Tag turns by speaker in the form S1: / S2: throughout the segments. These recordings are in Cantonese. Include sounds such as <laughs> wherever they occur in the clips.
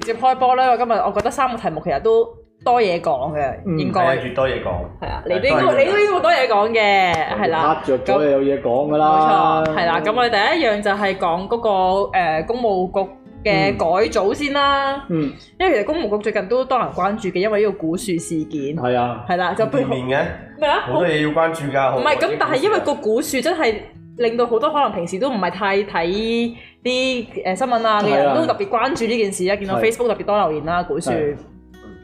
S1: 接開波啦。因為今日我覺得三個題目其實都多嘢講嘅，
S2: 嗯
S1: 應
S2: 係
S1: 該
S3: 哎越多嘢講，
S1: 係啊，你都應該你都應該多嘢講嘅，係啦。
S2: 拍着咗又有嘢講㗎啦。
S1: 冇錯，係啦。咁我哋第一樣就係講嗰個誒公務局嘅
S2: 嗯
S1: 改組先啦。
S2: 嗯，
S1: 因為其實公務局最近都多人關注嘅，因為呢個古樹事件
S2: 係啊，
S1: 係啦，就譬如
S3: 見面
S1: 咩啊
S3: 嘅，好多嘢要關注㗎。好
S1: 唔係咁，但係因為
S3: 好
S1: 個股市真係令到好多可能平時都唔係太睇啲誒新聞啊嘅
S2: 係
S1: 人
S2: 啊
S1: 都特別關注呢件事啊，見到
S2: 係
S1: Facebook 特別多留言啦，股市
S2: 係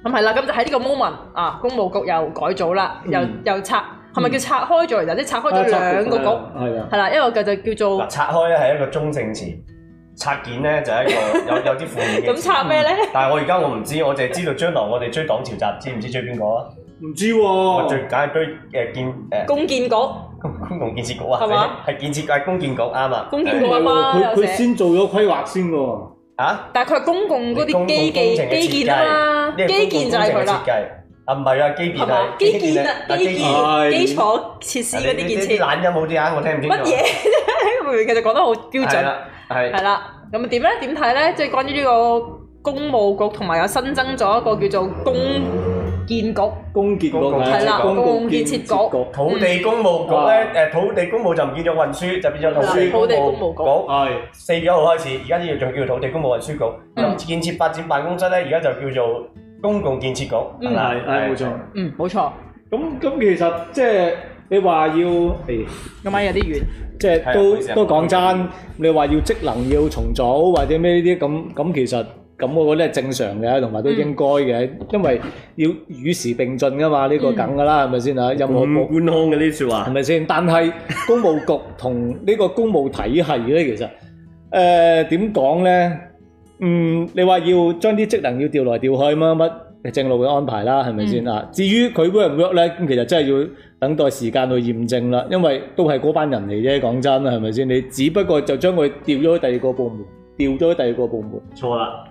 S1: 咁係啦，咁就喺呢個 moment 啊，公務局又改組啦，又
S2: 嗯
S1: 又拆，係咪叫拆開咗？其實即係拆開
S2: Ờ,
S1: 咗兩個局，
S2: 係啊，
S1: 係啦，一個嘅就叫做
S3: 嗱拆開咧係一個中性詞，拆件咧就係一個有
S1: <laughs>
S3: 有啲負面嘅
S1: 咁
S3: 詞。
S1: 拆咩咧？
S3: 但係我而家我唔知，我淨係知道將來我哋追黨潮集資，唔知追邊個啊？
S2: 唔知
S4: à.
S3: 我最
S2: 喎，
S3: 梗係追誒建誒
S1: 哦公建局，
S3: 公公共建設局
S1: 係嘛
S3: 啊，係建設係公建局啱啊。
S1: 公建
S2: 唔
S1: 局
S2: 係
S1: 啊嘛，
S2: 喎佢
S1: 有
S2: 佢
S1: 寫，
S2: 先做咗規劃先喎，
S3: 啊，
S1: 但係佢係公共嗰啲基
S3: 公
S1: 建
S3: 共工程嘅
S1: 基建啊嘛
S3: 設計，呢個
S1: 基建就係
S3: 公
S1: 佢啦
S3: 共工程嘅設。計。啊，唔係啊，基建
S1: 係嘛
S3: 係？
S1: 基建啊，基建、
S2: 係
S1: 基礎設施
S3: 啊
S1: 嗰啲建
S3: 你你你
S1: 設，
S3: 懶音好啲啊，我聽唔清楚。
S1: 乜嘢？ <laughs> 明明其實講得好標
S3: 係
S4: À,
S1: 準，
S3: 啦，
S4: dạ.
S3: 係。
S1: 係啦。咁點咧？點睇咧？即係關於呢個公務局同埋有新增咗一個叫做公建局，
S2: 公建局
S3: 公共
S2: 係啊
S3: 係啦
S1: 公共
S2: 公
S1: 建設
S2: 建
S1: 局
S2: 設局
S3: 土地公務局
S4: à,
S3: 咧，誒土地公務就唔見咗運輸，就變咗土地
S1: 土地公務
S3: 務
S1: 局
S3: 局。
S2: 係
S3: 四月一號開始，而家呢度仲叫土地公務運輸局。
S1: 嗯
S3: 咁建設發展辦公室咧，而家就叫做公共建設局。係
S1: 嗯
S3: 嘛
S2: 係
S4: à,
S2: 係冇錯。
S1: 嗯，冇錯。
S2: 咁咁其實即係你話要誒。
S1: 咁樣有啲遠，
S2: 即係
S3: 係唔好意思
S2: 都
S3: 啊
S2: 都講真，你話要職能要重組或者咩呢啲咁咁，其實咁我覺得係正常嘅，同埋都
S1: Ừ.
S2: 應該嘅，因為要與時並進噶嘛，呢
S1: Ừ.
S2: 個梗噶啦，係咪先啊？任何
S4: 咁
S2: 部
S4: 官腔嘅呢啲説
S2: 係
S4: 話，
S2: 咪先？但係公務局同呢個公務體系咧，其實誒點講咧？嗯，你話要將啲職能要調來調去乜乜乜正路嘅安排啦，係咪先啊？至於佢 work 唔 work 咧，咁其實真係要等待時間去驗證啦，因為都係嗰班人嚟啫，講真係咪先？你只不過就將佢調咗去第二個部門，調咗去第二個部門，
S4: 錯啦，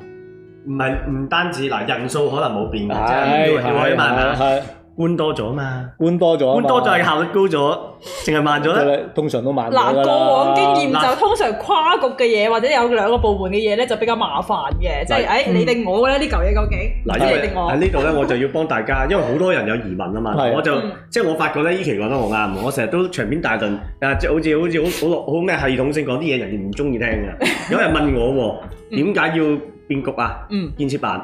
S4: 唔係唔單止嗱人數可能冇變嘅，即係
S2: 係
S4: 調嚟調去
S2: 係
S4: 嘛，係咪
S2: 係
S4: 官多咗嘛，
S2: 官多咗啊嘛，
S4: 官多咗係效率高咗，淨係慢咗咧？
S2: 係通常都慢咗㗎
S1: 嗱，
S2: 啦
S1: 過往經驗
S4: 嗱
S1: 就通常跨局嘅嘢或者有兩個部門嘅嘢咧，就比較麻煩嘅，即係
S4: 嗱
S1: 誒你定我咧呢嚿嘢究竟，
S4: 嗱，
S1: 即
S4: 因
S1: 係你
S4: 為
S1: 定我
S4: 喺，呢度咧，我就要幫大家，因為好多人有疑問啊嘛，
S2: 係
S4: 我就
S1: 嗯
S4: 即係我發覺咧，依期講得好啱，我成日都長篇大論，啊，即係好似好似好好落好咩系統性講啲嘢，人哋唔中意聽
S1: <laughs>
S4: 嘅。有人問我喎，點解要變局啊？
S1: 嗯，
S4: 建設辦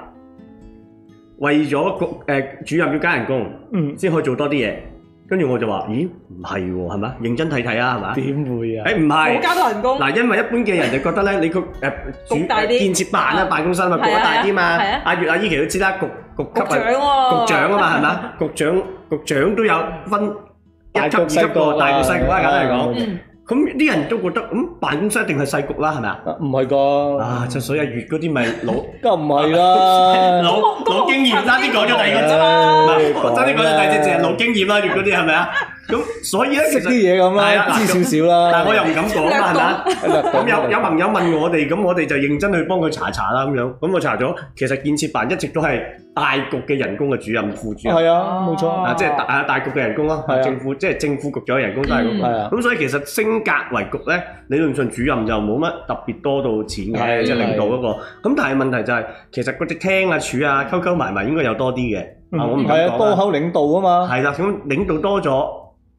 S4: 為咗局誒主任要加人工，
S2: 嗯
S4: 先可以做多啲嘢。跟住我就話：咦，唔係喎，係咪？認真睇睇啊，係咪？
S2: 點會啊？
S4: 誒唔
S1: 冇
S4: 係。
S1: 加到人工，
S4: 嗱，因為一般嘅人就覺得咧，你個誒
S1: 局大啲
S4: 建設辦啦，辦公室嘛，局
S1: 係啊
S4: 大啲嘛
S1: 係啊係啊。
S4: 阿月阿依期都知啦，局局
S1: 局
S4: 級
S1: 長
S4: 係
S1: 喎，
S4: 局長啊嘛，係咪啊？局長局長都有分
S2: 大局細
S4: 一級、二級個
S2: 局
S4: 大局細局啦，
S2: 啊
S4: 簡單嚟
S2: 嗯
S4: 講。
S1: 嗯，
S4: 咁啲人都覺得咁辦公室一定係細局啦，係咪啊？
S2: 啊唔係㗎，
S4: 啊，就所以阿月嗰啲咪老
S2: 梗唔係啦。
S4: <laughs> 老老經驗，爭啲講咗第二個
S1: 啫
S4: 字，
S1: 嘛
S4: 唔係我爭啲講咗第二隻，淨係老經驗啦，月嗰啲係咪啊？咁所以咧，其
S2: 識啲
S4: 實
S2: 嘢咁
S4: 係啊
S2: 啦，
S4: 嗱
S2: 知少少
S4: 但
S2: 啦。
S4: 係我又唔敢講嘛，係咪啊？咁有有朋友問我哋，咁我哋就認真去幫佢查查啦，咁樣。咁我查咗，其實建設辦一直都係大局嘅人工嘅主任、副主任，
S2: 係啊，冇錯，
S4: 啊，即係大啊大局嘅人工咯
S2: 係啊，
S4: 政府即係政府局長嘅人工都係咁。
S2: 係啊，
S4: 咁所以其實升格為局咧，理論上主任就冇乜特別多到錢
S2: 係
S4: 嘅，即係領導嗰個。咁但係問題就係，其實嗰啲廳啊、處啊、溝溝埋埋應該有多啲嘅。啊，我唔敢
S2: 係啊，多
S4: 講啊。
S2: 口領導啊嘛，
S4: 係啦，咁領導多咗，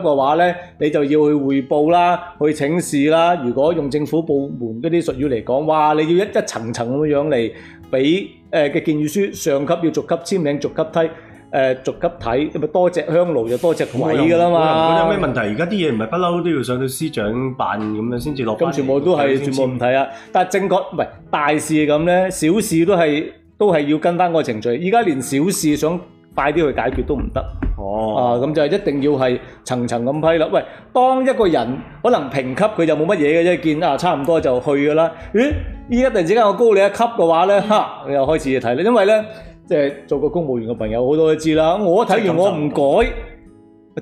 S2: 嘅話咧，你就要去匯報啦，去請示啦。如果用政府部門嗰啲術語嚟講，哇，你要一一層層咁樣嚟俾誒嘅建議書，上級要逐級簽名，逐級睇，誒、逐級睇，咪多隻香爐就多隻鬼㗎啦
S4: 我又
S2: 嘛
S4: 唔。覺得有咩問題？而家啲嘢唔係不嬲都要上到司長辦咁樣先至落翻
S2: 咁
S4: 嚟。
S2: 全部都係全部唔睇啊！但係正確唔係大事係咁咧，小事都係都係要跟翻個程序。依家連小事想快啲去解決都唔得。
S4: 哦，
S2: 啊，咁就係一定要係層層咁批啦。喂，à, 當一個人可能評級佢就冇乜嘢嘅啫，見啊差唔多就去噶啦。咦，依家突然之間我高你一級嘅話咧，哈，你又開始睇啦。因為咧，即係做過公務員嘅朋友好多都知啦。我睇完我唔改，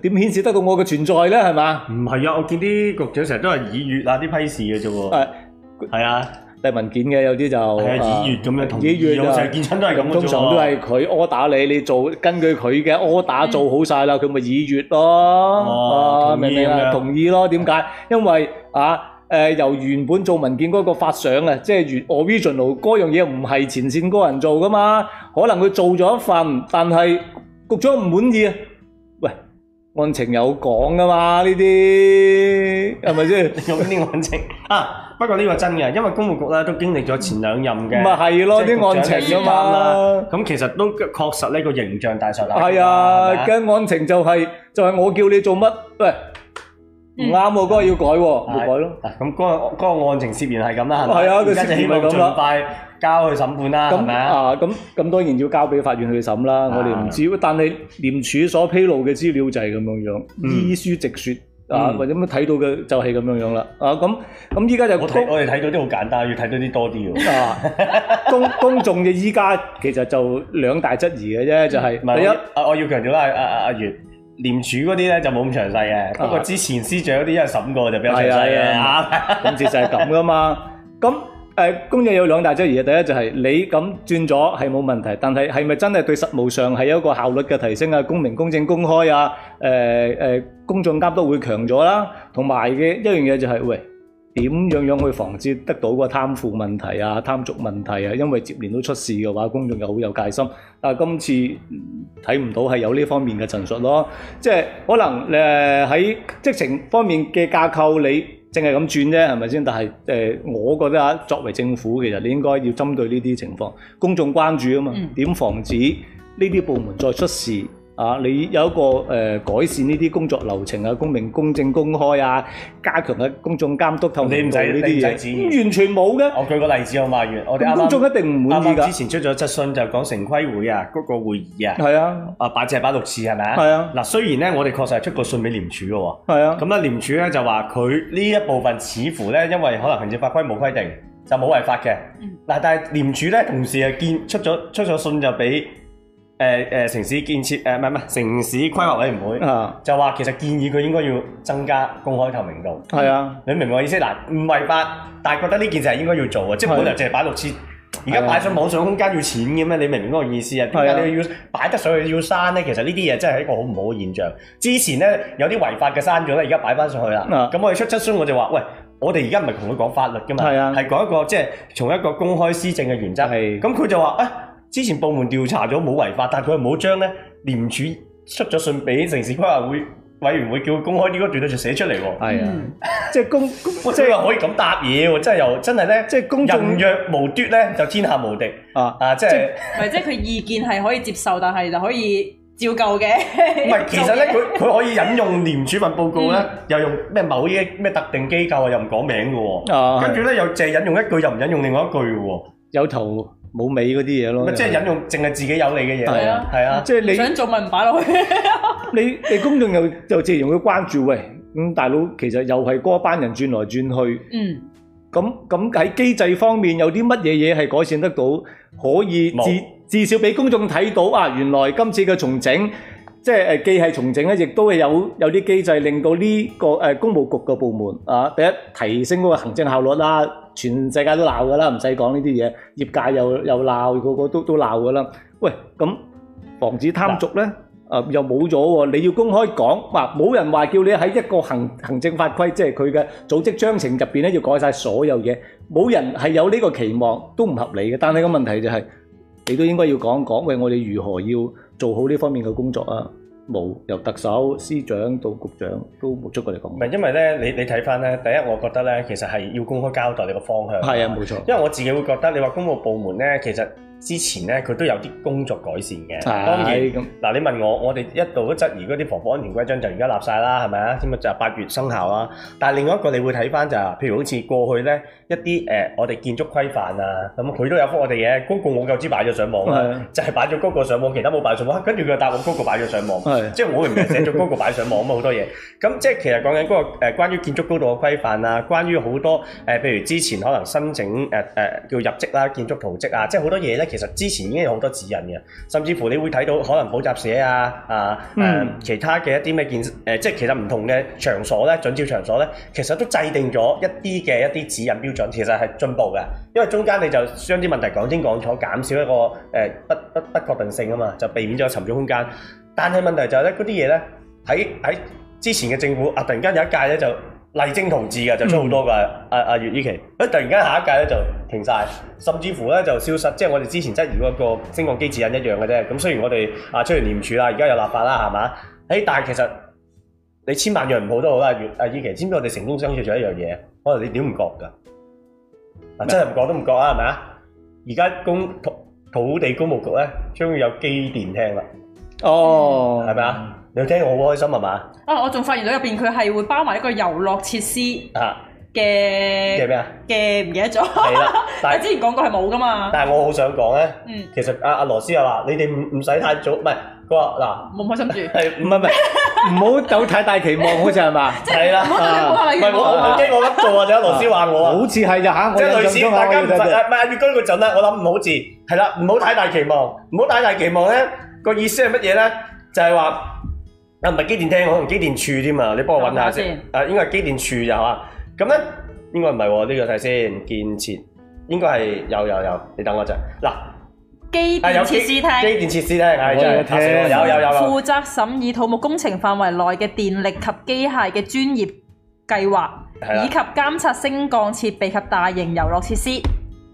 S2: 點顯示得到我嘅存在咧？係嘛？
S4: 唔係啊，我見啲局長成日都係以月啊啲批示嘅啫喎。
S2: 誒，
S4: 係啊，
S2: 遞文件嘅有啲就
S4: 係啊，以月咁樣同意。
S2: 以月
S4: 我
S2: 啊
S4: 成日見親都係咁嘅啫喎
S2: 通常都係佢 order 你，你做根據佢嘅 order 做好晒啦，佢咪以月咯，啊
S4: 哦同意
S2: 明唔明
S4: 咁
S2: 啊？
S4: 樣
S2: 同意咯，點解？因為啊。誒、由原本做文件嗰個發想啊，即係原 original 嗰樣嘢唔係前線嗰個人做噶嘛，可能佢做咗一份，但係局長唔滿意啊。喂，案情有講噶嘛？呢啲係咪先？ <laughs>
S4: 有啲案情啊，不過呢個真嘅，因為公務局咧都經歷咗前兩任嘅
S2: 咪係咯，
S4: 即係
S2: 啲案情啊嘛。
S4: 咁其實都確實呢個形象大受打擊
S2: 係
S4: 啦。
S2: 啊，
S4: 係咪
S2: 跟案情就係、就係、我叫你做乜，喂唔
S4: 嗯
S2: 啱喎，嗰個要改喎，要改咯。
S4: 啊咁嗰個嗰個案情涉嫌係咁啦，係咪
S2: 係啊佢
S4: 而家
S2: 涉
S4: 就
S2: 嫌
S4: 希望
S2: 係咁啦
S4: 盡快交去審判啦，係
S2: 咁
S4: 咪啊？
S2: 啊，咁咁當然要交俾法院去審啦。
S4: 啊
S2: 我哋唔知，但係廉署所披露嘅資料就係咁樣樣，
S4: 嗯
S2: 依書直説啊，
S4: 嗯
S2: 或者咁睇到嘅就係咁樣樣啦。啊，咁咁依家就
S4: 我睇
S2: 公
S4: 我哋睇到啲好簡單，要睇到啲多啲喎。
S2: 啊公公眾嘅依家其實就兩大質疑嘅啫，就係
S4: 唔係，
S2: 第一
S4: 我啊我要強調啦，阿阿阿月廉署嗰啲咧就冇咁詳細嘅，不過之前司長嗰啲因為審過就比較詳細嘅
S2: 啊係啊
S4: 啊。
S2: 咁事實係咁噶嘛。咁誒、呃公眾有兩大質疑嘅，第一就係你咁轉咗係冇問題，但係係咪真係對實務上係有一個效率嘅提升啊？公平、公正、公開啊？誒、誒，公眾監督會強咗啦，同埋嘅一樣嘢就係、喂。點樣樣去防止得到個貪腐問題啊、貪瀆問題啊？因為接連都出事嘅話，公眾又好有戒心。但係今次嗯睇唔到係有呢方面嘅陳述咯，即係可能誒喺職情方面嘅架構你。淨係咁轉啫，係咪先？但係誒、呃我覺得啊，作為政府，其實你應該要針對呢啲情況，公眾關注啊嘛
S1: 嗯，
S2: 點、防止呢啲部門再出事啊？你有一個誒、呃改善呢啲工作流程啊，公平、公正、公開啊，加強嘅公眾監督透
S4: 你
S2: 明
S4: 唔
S2: 度
S4: 使
S2: 呢啲
S4: 你唔使指
S2: 嘢，
S4: 意
S2: 完全冇嘅。
S4: 我舉個例子好嘛，阿月，我哋啱
S2: 咁
S4: 啱
S2: 公眾一定唔滿意
S4: 啱啱之
S2: 㗎。
S4: 前出咗質詢就講城規會啊，嗰、個會議啊，
S2: 係啊，
S4: 啊擺正擺六次係咪啊？
S2: 係啊，
S4: 嗱，雖然咧我哋確實係出過信俾廉署嘅喎，
S2: 係啊，
S4: 咁咧廉署咧就話佢呢一部分似乎咧因為可能行政法規冇規定就冇違法嘅，
S1: 嗯
S4: 嗱、但係廉署咧同時係見出咗出咗信就俾誒誒城市建設誒唔係唔係城市規劃委員會、
S2: 啊，
S4: 就話其實建議佢應該要增加公開透明度。
S2: 係啊，
S4: 你明我意思嗱？唔違法，但係覺得呢件事係應該要做嘅，啊即係
S2: 係
S4: 本來淨係擺六千，而家擺上網上空間要錢嘅咩？你明唔明我意思啊？點
S2: 係啊
S4: 解你要擺得上去要刪咧？其實呢啲嘢真係一個好唔好嘅現象。之前咧有啲違法嘅刪咗咧，而家擺翻上去啦。
S2: 啊
S4: 咁我哋出質詢我就話：喂，我哋而家唔係同佢講法律㗎嘛，
S2: 係啊
S4: 係講一個即係從一個公開施政嘅原則。
S2: 係
S4: 咁佢就話：啊，之前部門調查咗冇違法，但係佢又冇將咧廉署出咗信俾城市規劃會委員會叫佢公開呢嗰段咧就寫出嚟喎。
S2: 係啊，
S1: 嗯
S2: 即係公，
S4: 喂，
S2: 即
S4: 即係
S2: 係
S4: 又可以咁答嘢喎，真係又真係咧，
S2: 即係公眾
S4: 人若無奪咧，就天下無敵
S2: 啊，
S4: 啊！即係
S1: 或者佢意見係可以接受，但係就可以照舊嘅。
S4: 唔係？其實咧，佢佢可以引用廉署份報告咧，
S2: 嗯
S4: 又用咩某啲咩特定機構啊，又唔講名嘅喎。
S2: 啊，
S4: 跟住咧又淨係引用一句，又唔引用另外一句嘅喎，
S2: 有頭冇尾嗰啲嘢咯
S4: 咪。即係引用淨係自己有利嘅嘢。
S2: 嗯係
S1: 啊
S4: 係啊，
S2: 即係你
S1: 想做咪唔擺落去。
S2: 你你公眾又就自然會關注喂，咁大佬其實又係嗰班人轉來轉去，
S1: 嗯，
S2: 咁咁喺機制方面有啲乜嘢嘢係改善得到，可以
S4: 冇
S2: 至至少俾公眾睇到啊！原來今次嘅重整，即係誒既係重整咧，亦都係有有啲機制令到呢、個誒、呃公務局嘅部門啊，第一提升嗰個行政效率啦，全世界都鬧㗎啦，唔使講呢啲嘢，業界又又鬧，個個都都鬧㗎啦。喂，咁防止貪瀆咧？啊又冇咗喎！你要公開講，嗱冇人話叫你喺一個行行政法規，即係佢嘅組織章程入邊咧，要改晒所有嘢。冇人係有呢個期望，都唔合理嘅。但係個問題就係、你都應該要講講，喂，我哋如何要做好呢方面嘅工作啊？冇，由特首、司長到局長都冇出過嚟
S4: 唔
S2: 講。
S4: 係因為咧，你你睇翻咧，第一我覺得咧，其實係要公開交代你個方向。
S2: 係啊，冇錯。
S4: 因為我自己會覺得，你話公務部門咧，其實之前咧，佢都有啲工作改善嘅。
S2: 係
S4: 當然，
S2: 咁
S4: 嗱你問我，我哋一度都質疑嗰啲防火安全規章就而家立晒啦，係咪啊？咁啊就八月生效啦。但係另外一個你會睇翻就係、譬如好似過去咧一啲誒、呃我哋建築規範啊，咁佢都有覆我哋嘅。Google 我夠知擺咗上網
S2: 係
S4: 啦
S2: 啊，
S4: 就係擺咗 Google 上網，其他冇擺上網。跟住佢就答我 Google 擺咗上網。
S2: 係
S4: 即係我唔係寫咗嗰個擺上網啊嘛，好多嘢。咁即係其實講緊嗰個誒關於建築高度嘅規範啊，關於好多誒、呃譬如之前可能申請誒誒、呃叫入職啦、建築圖則啊，即係好多嘢咧，其實之前已經有好多指引嘅，甚至乎你會睇到可能補習社啊啊誒、呃
S2: 嗯
S4: 其他嘅一啲咩建誒、呃即係其實唔同嘅場所咧，準照場所咧，其實都制定咗一啲嘅一啲指引標準，其實係進步嘅，因為中間你就將啲問題講清講楚，減少一個誒、呃不不不確定性啊嘛，就避免咗尋找空間。但係問題就係咧，嗰啲嘢咧喺喺之前嘅政府啊，突然間有一屆咧就勵精圖治嘅，就出好多㗎。阿阿月依期，啊突然間下一屆咧就停晒，甚至乎咧就消失。即係我哋之前質疑嗰個升降機指引一樣嘅啫。咁雖然我哋啊出完廉署啦，而家有立法啦，係嘛？誒，但係其實你千萬樣唔好都好啦，月阿依期，知唔知我哋成功相處咗一樣嘢？可能你點唔覺㗎？嗱，真係唔覺都唔覺啊，係咪啊？而家公土土地公務局咧，將會有機電廳啦。
S2: 哦，
S4: 係咪啊？你聽我好開心係嘛？
S1: 啊，我仲發現到入邊佢係會包埋一個遊樂設施
S4: 啊，即係
S1: 嘅
S4: 咩啊？
S1: <laughs> 嘅，唔記得咗。
S4: 係啦，
S1: 我
S4: 但係
S1: 之前講過係冇噶嘛。
S4: 但係我好想講咧，
S1: 嗯，
S4: 其實阿阿羅斯又話：你哋唔唔使太早，唔係佢話
S1: 冇開心住。
S4: 嗱係
S2: 唔
S4: 唔
S2: 係唔
S1: <laughs>
S2: 係，唔好有太大期望，好似係嘛？
S4: 係啦
S1: 唔？好對你唔好話例如
S4: 唔係我我
S1: 冇
S4: 驚我咁做啊！定阿羅斯話我啊
S2: 好？似係就嚇，我
S4: 即係類
S2: 印象
S4: 似
S2: 中啊
S4: 大家唔
S2: 我要睇
S4: 使
S2: 睇
S4: 啊，唔係阿月哥嗰陣咧，我諗唔好字係啦，唔好太大期望，唔好太大期望咧。個意思係乜嘢咧？就係話啊，唔係機電廳，可能機電處添啊，你幫我揾下先
S1: 等。
S4: 啊，應該係機電處就係嘛？咁咧應該唔係喎，呢個睇先建設，應該係有有有，你等我一陣嗱。
S1: 機
S4: 啊有
S1: 電設施廳
S4: 機電設施廳係真係拍死我
S2: 我有聽
S4: 有有有有
S1: 負責審議土木工程範圍內嘅電力及機械嘅專業計劃，
S4: 係啦
S1: 以及監察升降設備及大型遊樂設施。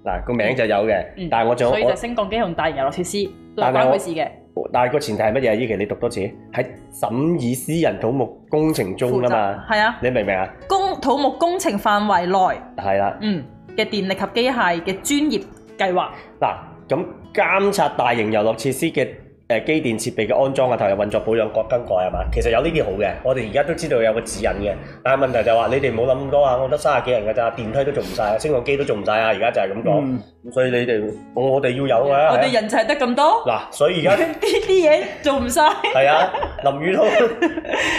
S4: 嗱個名就有嘅
S1: 嗯，
S4: 但係我仲
S1: 所以就
S4: 我
S1: 升降機同大型遊樂設施都係
S4: 但係
S1: 關
S4: 我
S1: 佢事嘅。
S4: 但係個前提係乜嘢？依期你讀多次喺審議私人土木工程中啊嘛，
S1: 係啊，
S4: 你明唔明啊？
S1: 工土木工程範圍內
S4: 係啦。
S1: 嗯嘅電力及機械嘅專業計劃。
S4: 嗱，咁監察大型遊樂設施嘅誒機電設備嘅安裝啊，投入運作保養、各更改係啊嘛？其實有呢啲好嘅，我哋而家都知道有個指引嘅。但係問題就係話，你哋唔好諗咁多啊！我得三十幾人㗎咋，電梯都做唔晒啊，升降機都做唔晒啊！而家就係咁講，
S2: 嗯
S4: 咁所以你哋我我哋要有啊。
S1: 我哋人就係得咁多，
S4: 嗱，所以而家
S1: 呢 <laughs> 啲嘢做唔晒。
S4: 係啊，林
S1: <laughs>
S4: 宇滔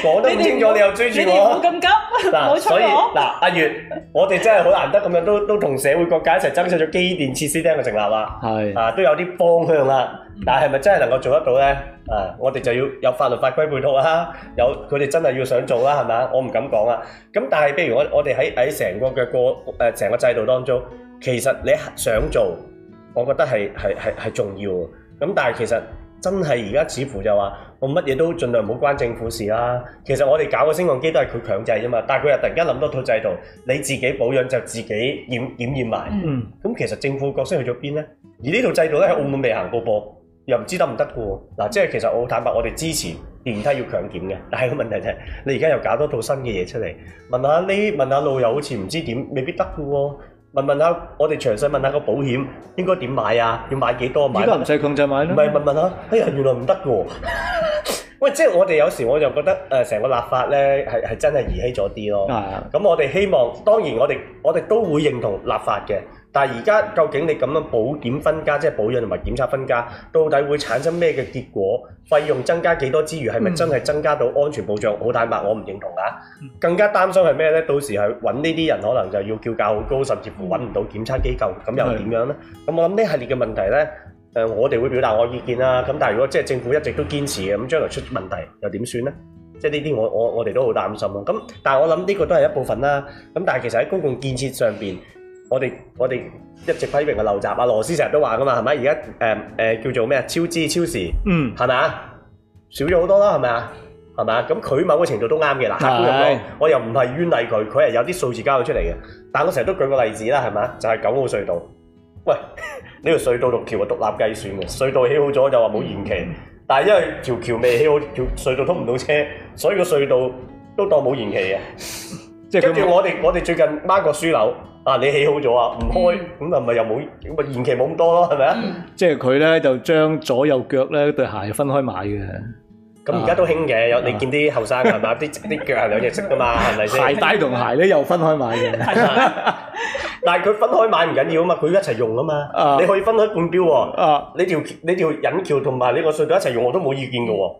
S4: 講得唔清楚，你又追住
S1: 你哋唔好
S4: 我。
S1: 咁急，
S4: 嗱，
S1: 冇催
S4: 所以
S1: 我。
S4: 嗱，阿月，我哋真係好難得咁樣都都同社會各界一齊爭取咗機電設施廳嘅成立啦。
S2: 係
S4: 啊，都有啲方向啦。但係咪真係能夠做得到呢？啊，我哋就要有法律法規配套啦，有佢哋真係要想做啦，係咪？我唔敢講啦。啊咁但係，譬如我我哋喺喺成個嘅個誒成個制度當中，其實你想做，我覺得係係係係重要嘅。咁但係其實真係而家似乎就話，我乜嘢都盡量唔好關政府事啦。其實我哋搞個升降機都係佢強制啫嘛，但係佢又突然間諗多套制度，你自己保養就自己檢檢驗埋。
S1: 嗯
S2: 嗯
S4: 咁其實政府角色去咗邊呢？而呢套制度咧喺澳門未行過噃，又唔知得唔得嘅喎。嗱，即係其實我好坦白，我哋支持電梯要強檢嘅， <laughs> 但係個問題就係、你而家又搞多套新嘅嘢出嚟，問下呢問下路又好似唔知點，未必得嘅喎。問問下我哋詳細問下個保險應該點買啊？要買幾多買
S2: 依
S4: 乜？
S2: 家唔使強制買
S4: 唔
S2: 啦，
S4: 係問問下，哎呀，原來唔得嘅
S2: <laughs>
S4: 喎。喂，即係我哋有時我就覺得誒，成、個立法咧係係真係兒戲咗啲咯。
S2: 啊
S4: 咁我哋希望，當然我哋我哋都會認同立法嘅，但係而家究竟你咁樣保檢分家，即係保養同埋檢測分家，到底會產生咩嘅結果？費用增加幾多之餘，係咪真係增加到安全保障？好坦白，我唔認同啊！更加擔心係咩呢？到時係揾呢啲人，可能就要叫價好高，甚至乎揾唔到檢測機構，咁又點樣呢？咁我諗呢系列嘅問題呢，誒、我哋會表達我意見啦。咁但係如果即係政府一直都堅持嘅，咁將來出問題又點算呢？即係呢啲我我我哋都好擔心咯。咁但係我諗呢個都係一部分啦。咁但係其實喺公共建設上邊，我哋我哋一直批評嘅陋習啊，羅斯成日都話噶嘛，係咪？而家誒誒叫做咩啊？超支超時
S2: 嗯
S4: 係咪啊？少咗好多啦，係咪啊？係咪啊？咁佢某個程度都啱嘅嗱，客觀咁
S2: 係
S4: 講，我又唔係冤例佢，佢係有啲數字交咗出嚟嘅。但係我成日都舉個例子啦，係咪啊？就係、九號隧道，喂， <laughs> 呢條隧道同橋係獨立計算嘅，隧道起好咗就話冇延期。
S2: 嗯
S4: 但係因為條橋未起好，條隧道通唔到車，所以個隧道都當冇延期嘅。
S2: 即係
S4: 跟住
S2: 佢
S4: 我哋我哋最近孖個書樓，啊你起好咗啊，唔開
S2: 嗯
S4: 咁啊咪又冇咁咪延期冇咁多咯，係咪啊？
S1: 嗯，
S2: 即係佢咧就將左右腳咧對鞋分開買嘅，
S4: 咁而家都興嘅，有你見啲後生
S2: <laughs>
S4: 係咪啊？啲啲腳係兩隻色噶嘛，係咪
S2: 鞋
S4: 先？
S2: 帶同鞋咧又分開買嘅。
S4: 但係佢分開買唔緊要啊嘛，佢一齊用啊
S2: 啊
S4: 嘛，你可以分開半標喎。
S2: 啊，
S4: 你條你條引橋同埋呢個隧道一齊用，我都冇意見嘅喎。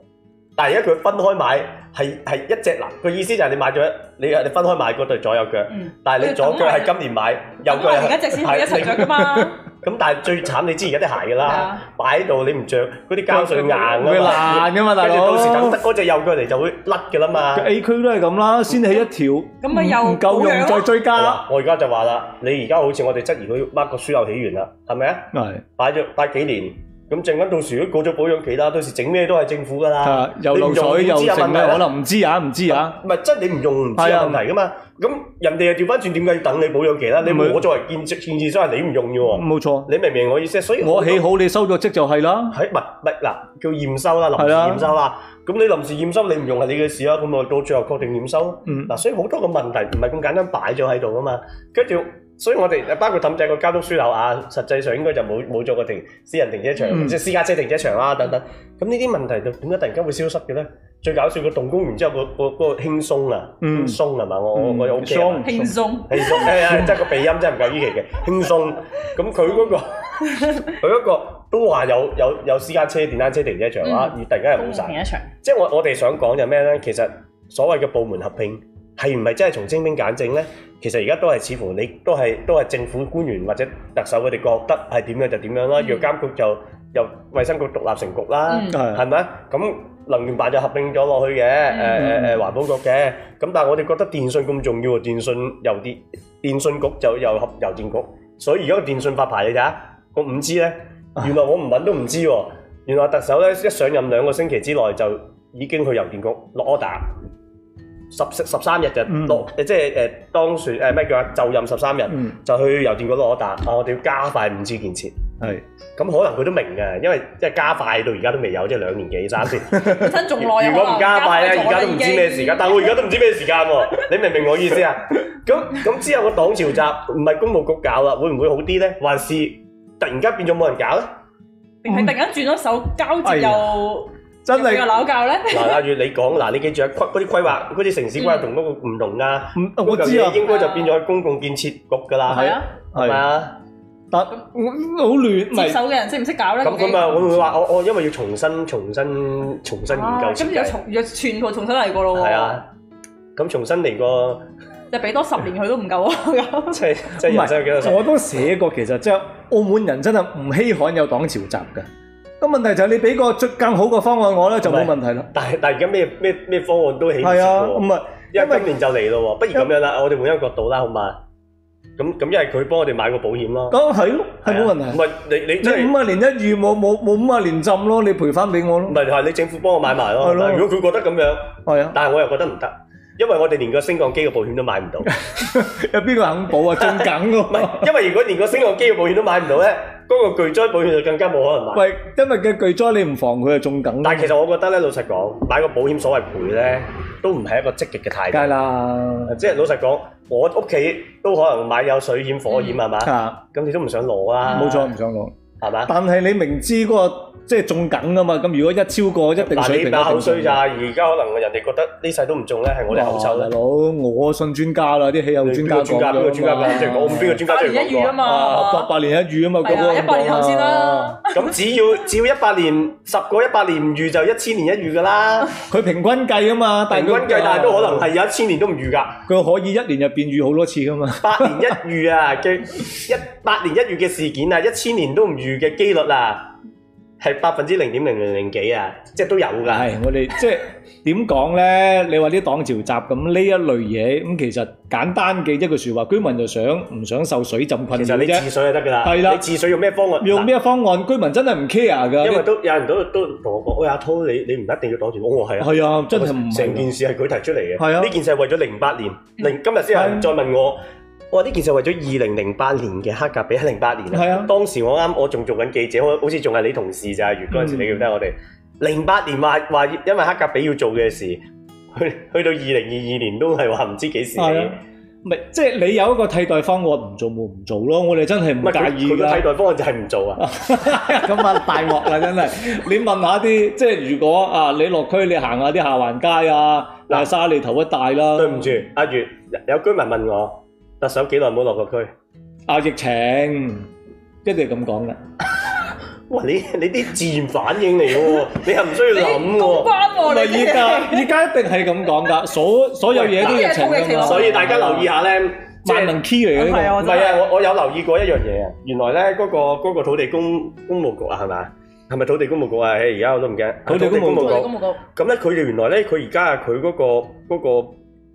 S4: 但係而家佢分開買係係一隻嗱，佢意思就係你買咗一你你分開買嗰對左右腳，
S1: 嗯
S4: 但係你左腳係今年買，右
S1: 咁
S4: 腳
S1: 我而家
S4: 係
S1: 隻先可以一齊着
S4: <laughs>
S1: 噶嘛，
S4: 咁，但係最慘你知而家啲鞋㗎
S1: 係
S4: 啦，
S1: 啊，
S4: 擺喺度你唔着，嗰啲膠水硬啊
S2: 會
S4: 嘛，
S2: 爛噶嘛，大
S4: 跟住
S2: 佬
S4: 到。時等得嗰隻右腳嚟就會甩㗎啦嘛。
S2: A 區都係咁啦，先起一條，
S1: 咁咪
S2: 唔
S1: 又
S2: 唔夠
S1: 保養
S2: 用
S1: 咯
S2: 再追加。
S4: 嗱，我而家就話啦，你而家好似我哋質疑佢 mark 個書有起源啦，係咪啊？
S2: 係
S4: 擺咗擺幾年，咁陣間到時如果過咗保養期啦，到時整咩都係政府㗎啦。
S2: 啊，又漏水
S4: 你唔
S2: 又
S4: 用
S2: 剩
S4: 知
S2: 咧，
S4: 啊問題
S2: 可能唔知啊，唔知啊。
S4: 唔係，即係你唔用唔知有問題噶嘛。咁人哋又調翻轉，點解要等你保養期啦？你
S2: 唔係
S4: 我作為建設建設商，你唔用嘅喎，
S2: 冇錯，
S4: 你明唔明我意思？所以
S2: 我起
S4: 好
S2: 好你收咗職就係啦。
S4: 係唔係唔係嗱，叫驗收啦，臨
S2: 係
S4: 時
S2: 啦
S4: 驗收啦。咁你臨時驗收，你唔用係你嘅事啦。咁我到最後確定驗收咯。
S2: 嗯
S4: 嗱，所以好多個問題唔係咁簡單擺咗喺度噶嘛。跟住，所以我哋包括氹仔個交通樞紐啊，實際上應該就冇冇咗個停私人停車場，
S2: 嗯
S4: 即係私家車停車場啦等等。咁呢啲問題就點解突然間會消失嘅咧？最搞笑個動工完之後，個個個輕鬆啊，
S2: 嗯
S4: 輕鬆係嘛？我我我有 OK 啊
S2: 鬆
S1: 輕鬆。
S4: 輕鬆，誒哎誒，即係個鼻音真係唔夠依期嘅，輕鬆。咁佢嗰
S1: <laughs>
S4: 個佢嗰個都話有有有私家車、電單車停車場啊
S1: 嗯
S4: 啦，而突然間又冇晒。
S1: 停一場，
S4: 即係我我哋想講就咩咧？其實所謂嘅部門合併係唔係真係從精兵簡政咧？其實而家都係似乎你都係都係政府官員或者特首佢哋覺得係點樣就點樣啦。
S1: 嗯
S4: 藥監局就由衛生局獨立成局啦，
S1: 嗯
S4: 係
S2: 係
S4: 咪？咁能源辦就合併咗落去嘅，誒
S2: 嗯
S4: 誒誒環保局嘅。咁但係我哋覺得電信咁重要喎，電信由電電信局就由合郵電局，所以而家個電信發牌你睇下個五 G 咧。原來我唔揾都唔知喎。原來特首咧一上任兩個星期之內就已經去郵電局落 order，十十三日就
S2: 嗯
S4: 落，即係誒當選誒咩叫啊就任十三日
S2: 嗯
S4: 就去郵電局落 order，啊我哋要加快五 G 建設。
S2: 係
S4: 咁可能佢都明嘅，因為即係加快到而家都未有，即係兩年幾三年。
S1: <laughs> 本身仲
S4: 如
S1: 耐啊
S4: 果唔加快咧，
S1: 可能
S4: 而家都唔知咩時間，但我而家都唔知咩時間喎。你明唔明我意思啊？咁咁之後個黨潮集唔係公務局搞啦，會唔會好啲咧？還是突然間變咗冇人搞咧？
S1: 定係突然間轉咗手交接
S2: 哎
S1: 又
S2: 真
S1: 啊又
S2: 係啊
S1: 扭教咧？
S4: 嗱，阿月你講嗱，你記住啊，規嗰啲規劃，嗰啲城市規劃同嗰個唔同啊。
S2: 唔我知啊
S4: 嗰嚿嘢，應該就變咗公共建設局㗎啦，
S1: 係啊，
S4: 係
S2: 係
S4: 嘛？
S2: 但我好亂，唔
S1: 接
S2: 係
S1: 手嘅人識唔識搞咧？
S4: 咁咁啊，會唔會話我我因為要重新、重新、重新研究
S1: 啊，
S4: 設
S1: 咁又
S4: 計？
S1: 重又全部重新嚟過咯喎。
S4: 係，啊，咁重新嚟過，
S1: 就俾多十年佢都唔夠啊！
S4: 即係即係
S2: 唔
S4: 人生有幾多十
S2: 係，我都寫過，其實即係澳門人真係唔稀罕有黨潮集嘅。個問題就係你俾個最更好嘅方案我咧，就冇問題啦。
S4: 但係但係而家咩咩咩方案都起唔切
S2: 係啊，唔係
S4: 喎，因為
S2: 因為
S4: 今年就嚟咯喎，不如咁樣啦，我哋換一個角度啦，好嘛？咁咁，因為佢幫我哋買個保險咯，
S2: 咁係咯，係冇問
S4: 係啊唔
S2: 題。
S4: 係你你即係
S2: 你。五啊年一遇冇冇冇五啊年浸咯，你賠翻俾我咯
S4: 唔。係係你政府幫我買埋咯
S2: 係，咯
S4: 如果佢覺得咁樣，
S2: 係啊，
S4: 但係我又覺得唔得，因為我哋連個升降機嘅保險都買唔到。唔
S2: 有邊個肯保啊？仲緊喎。
S4: 係，因為如果連個升降機嘅保險都買唔到咧，嗰、個巨災保險就更加冇可能買。
S2: 喂，今日嘅巨災你唔防佢就中梗
S4: 但係其實我覺得咧，老實講，買個保險所謂賠咧，都唔係一個積極嘅態
S2: 梗係
S4: 度。
S2: 啦，
S4: 即係老實講，我屋企都可能買有水險、火險係嘛，
S2: 嚇
S4: 咁你都唔想攞啊？
S2: 嗯啊冇錯唔想講。
S4: 係嘛？
S2: 但係你明知嗰、個即係中梗噶嘛，咁如果一超過一定
S4: 嗱，
S2: 水
S4: 你
S2: 平，
S4: 把口衰咋？而家可能人哋覺得呢世都唔中咧，係我哋口
S2: 哇
S4: 臭啦
S2: 大。佬，我信專家啦，啲氣候專
S4: 邊
S2: 家
S4: 個
S2: 講
S4: 專家？邊個專家講？即係我唔邊個專家
S1: 百
S4: 出嚟
S1: 年一
S4: 講
S1: 遇啊
S4: 過。
S2: 啊，八
S1: 嘛，
S2: 百年一遇啊嘛，個
S1: 係
S2: 個
S1: 啊，
S2: 咁
S1: 一百年後先啦。
S4: 咁只要只要一百年十個一百年唔遇就一千年一遇
S2: <laughs>
S4: 噶啦，
S2: 講啊。佢平均計啊嘛，但
S4: 平
S2: 係
S4: 均
S2: 佢
S4: 計，但係都可能係有一千年都唔遇噶。
S2: 佢可以一年入邊遇好多次噶嘛。
S4: 百年一遇啊 <laughs> 嘅一百年一遇嘅事件啊，一千年都唔遇嘅機率啊，係百分之零點零零零幾啊，即係都有噶。
S2: 係，我哋即係點講咧？你話啲黨潮集咁呢一類嘢，咁其實簡單嘅一句説話，居民就想唔想受水浸困
S4: 其
S2: 擾
S4: 實你
S2: 啫
S4: 治？水就得噶啦，
S2: 係啦
S4: 你治水用咩方案？
S2: 用咩方案？居民真係唔 care 㗎。
S4: 嗱？因為都有人都都同我講，喂阿滔，你你唔一定要擋住我，我係啊。
S2: 係啊，真係唔
S4: 成件
S2: 係
S4: 事係佢提出嚟嘅，
S2: 係啊
S4: 呢件事係為咗零八年，零今日先有人再問我，我話呢件事係為咗二零零八年嘅黑格比喺零八年
S2: 係啊
S4: 當時我啱我仲做緊記者，我好似仲係你同事咋，月嗰陣時
S2: 嗯
S4: 你記唔記得我哋零八年話話因為黑格比要做嘅事，去去到二零二二年都係話唔知幾時
S2: 係啊
S4: 起。
S2: 唔係即係你有一個替代方案，唔做咪唔做咯。我哋真係唔
S4: 唔係，佢-
S2: 介意㗎。
S4: 佢個替代方案就係唔做啊。
S2: <laughs> 咁啊大鑊啦，真係！你問下啲即係如果啊，你落區你行下啲下環街啊，
S4: 嗱
S2: 嗱沙利頭一帶啦，
S4: 對唔住，阿月，有-有居民問我，特首幾耐冇落過區？哇，你-
S2: 啊疫情一定係咁講嘅。
S4: <laughs> 你啲自然反應嚟嘅喎，你係唔需要諗喎。
S1: 公關
S2: 唔
S1: 喎哦
S2: 係
S1: 你
S2: 依
S1: 啲
S2: 啊家 <laughs> 依家一定係咁講㗎，所所有嘢都疫情
S1: 喂嗱
S2: 㗎嘛，
S4: 所以大家留意下呢，啊
S2: 萬能 key 嚟嘅
S1: 係啊
S2: 呢
S1: 我
S4: 唔係啊！我我有留意過一樣嘢啊，原來咧嗰、個嗰個土地公公務局啊，係咪？係咪土地公務局啊？唉而家我都唔驚。
S2: 土地公務局
S1: 我哋公務局
S4: 咁咧，佢哋原來咧，佢而家啊，佢嗰個嗰、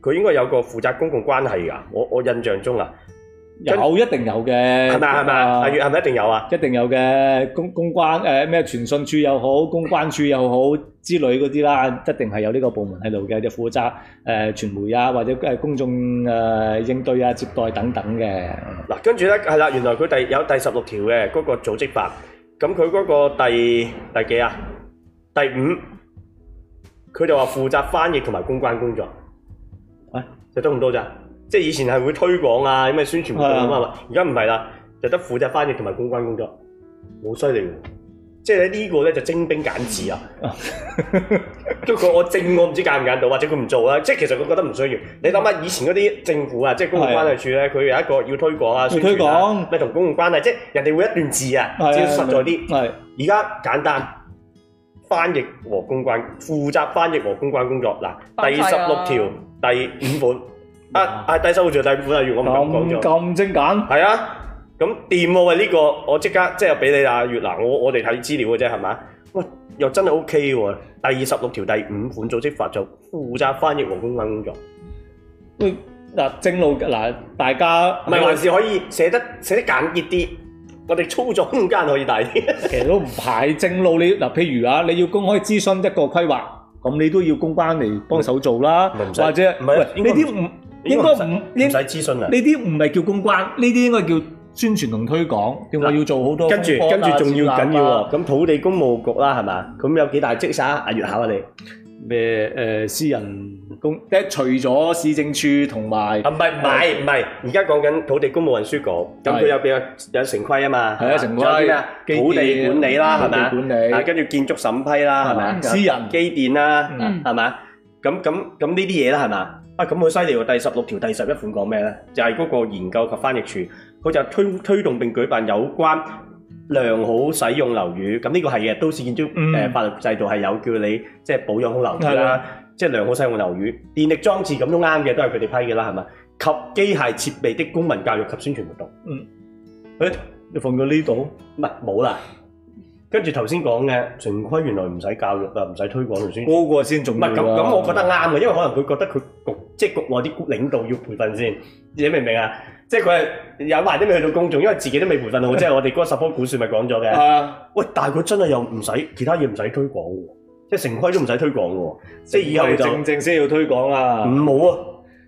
S4: 個佢應該有個負責公共關係㗎。我我印象中啊，
S2: 個，有一定有嘅，
S4: 係咪啊係咪啊？阿月係咪一定有啊？
S2: 一定有嘅，公公關誒咩傳訊處又好，公關處又好之類嗰啲啦，一定係有呢個部門喺度嘅，就負責誒、呃、傳媒啊，或者誒公眾誒、呃、應對啊、接待等等嘅。
S4: 嗱，跟住咧係啦，原來佢第有第十六條嘅嗰、個組織法，咁佢嗰個第第幾啊？第五，佢就話負責翻譯同埋公關工作，
S2: 啊
S4: 就得咁多咋？即係以前係會推廣啊，咁嘅宣傳活動咁啊嘛，而家唔係啦，就得負責翻譯同埋公關工作，好犀利喎！即係呢個咧就精兵簡字啊！
S2: <laughs>
S4: 即係佢我正我唔知揀唔揀到，或者佢唔做啊啦。即係其實佢覺得唔需要。你諗下以前嗰啲政府啊，即係公共關係處咧，佢有一個要推廣啊、宣
S2: 要
S4: 傳啊
S2: 推廣
S4: 咩同公共關係，即係人哋會一段字啊，
S2: 係啊
S4: 只要實在啲。
S2: 係
S4: 而家簡單翻譯和公關，負責翻譯和公關工作嗱，
S1: 翻
S4: 第
S1: 晒
S4: 十六
S1: 啦
S4: 條第五款啊啊，第十六條第五款啊，如果我唔敢
S2: 咁
S4: 講咗，
S2: 咁精簡，
S4: 係啊，咁掂喎喂呢個，我即刻即係俾你啦，月嗱，我我哋睇資料嘅啫係咪？喂，又真係 OK 喎，第十六條第五款組織法就負責翻譯和公關工作，
S2: 喂嗱正路嗱大家
S4: 唔係還是可以寫得寫得簡潔啲，我哋操作空間可以大啲。
S2: 其實都唔排正路你嗱，譬如啊，你要公開諮詢一個規劃，咁你都要公關嚟幫手做啦，
S4: 唔使
S2: 或者
S4: 唔係
S2: 喂
S4: 應該
S2: 呢
S4: 唔
S2: 啲唔應該唔
S4: 唔
S2: 應
S4: 使諮詢啊
S2: 呢。啲唔係叫公關，呢啲應該叫宣傳同推廣。點解要做好多
S4: 跟住
S2: 風波啊
S4: 跟住仲要緊
S2: 展覽
S4: 要
S2: 啊
S4: 喎，咁土地公務局啦係嘛？咁有幾大職沙？阿月考下你，
S2: 咩誒私人公，即係除咗市政處同埋
S4: 啊唔係唔係唔係，而家講緊土地公務運輸局，咁
S2: 係
S4: 佢有比較有城規啊嘛，
S2: 係啊城規
S4: 仲有啲咩啊
S2: 基建
S4: 土地管理啦係咪啊
S2: 土地管理
S4: 啊跟住建築審批啦係咪啊
S2: 私人
S4: 機電啦
S1: 嗯
S4: 係咪啊咁咁咁呢啲嘢啦係咪啊啊咁佢犀利喎！第十六條第十一款講咩咧？就係、嗰個研究及翻譯處，佢就推推動並舉辦有關良好使用樓宇。咁呢個係嘅，都市建築誒、
S2: 嗯
S4: 呃法律制度係有叫你即係保養好樓宇
S2: 係
S4: 啦
S2: 啦，
S4: 即係良好使用樓宇。電力裝置咁都啱嘅，都係佢哋批嘅啦，係咪？及機械設備的公民教育及宣傳活動。
S2: 嗯，
S4: 誒
S2: 你放到呢度，
S4: 唔係冇啦。跟住頭先講嘅城規原來唔使教育啊，唔使推廣同宣傳。
S2: 嗰個先重
S4: 唔
S2: 要
S4: 係
S2: 啊
S4: 咁咁，我覺得啱嘅，因為可能佢覺得佢局即係局內啲領導要培訓先，你明唔明啊？即係佢係有埋都未去到公眾，因為自己都未培訓好。即係我哋嗰個十方股算咪講咗嘅。
S2: 啊，
S4: 喂，但係佢真係又唔使其他嘢唔使推廣嘅喎，即係城規都唔使推廣嘅喎，即係以後就
S2: 正正先要推廣啦。
S4: 唔好啊。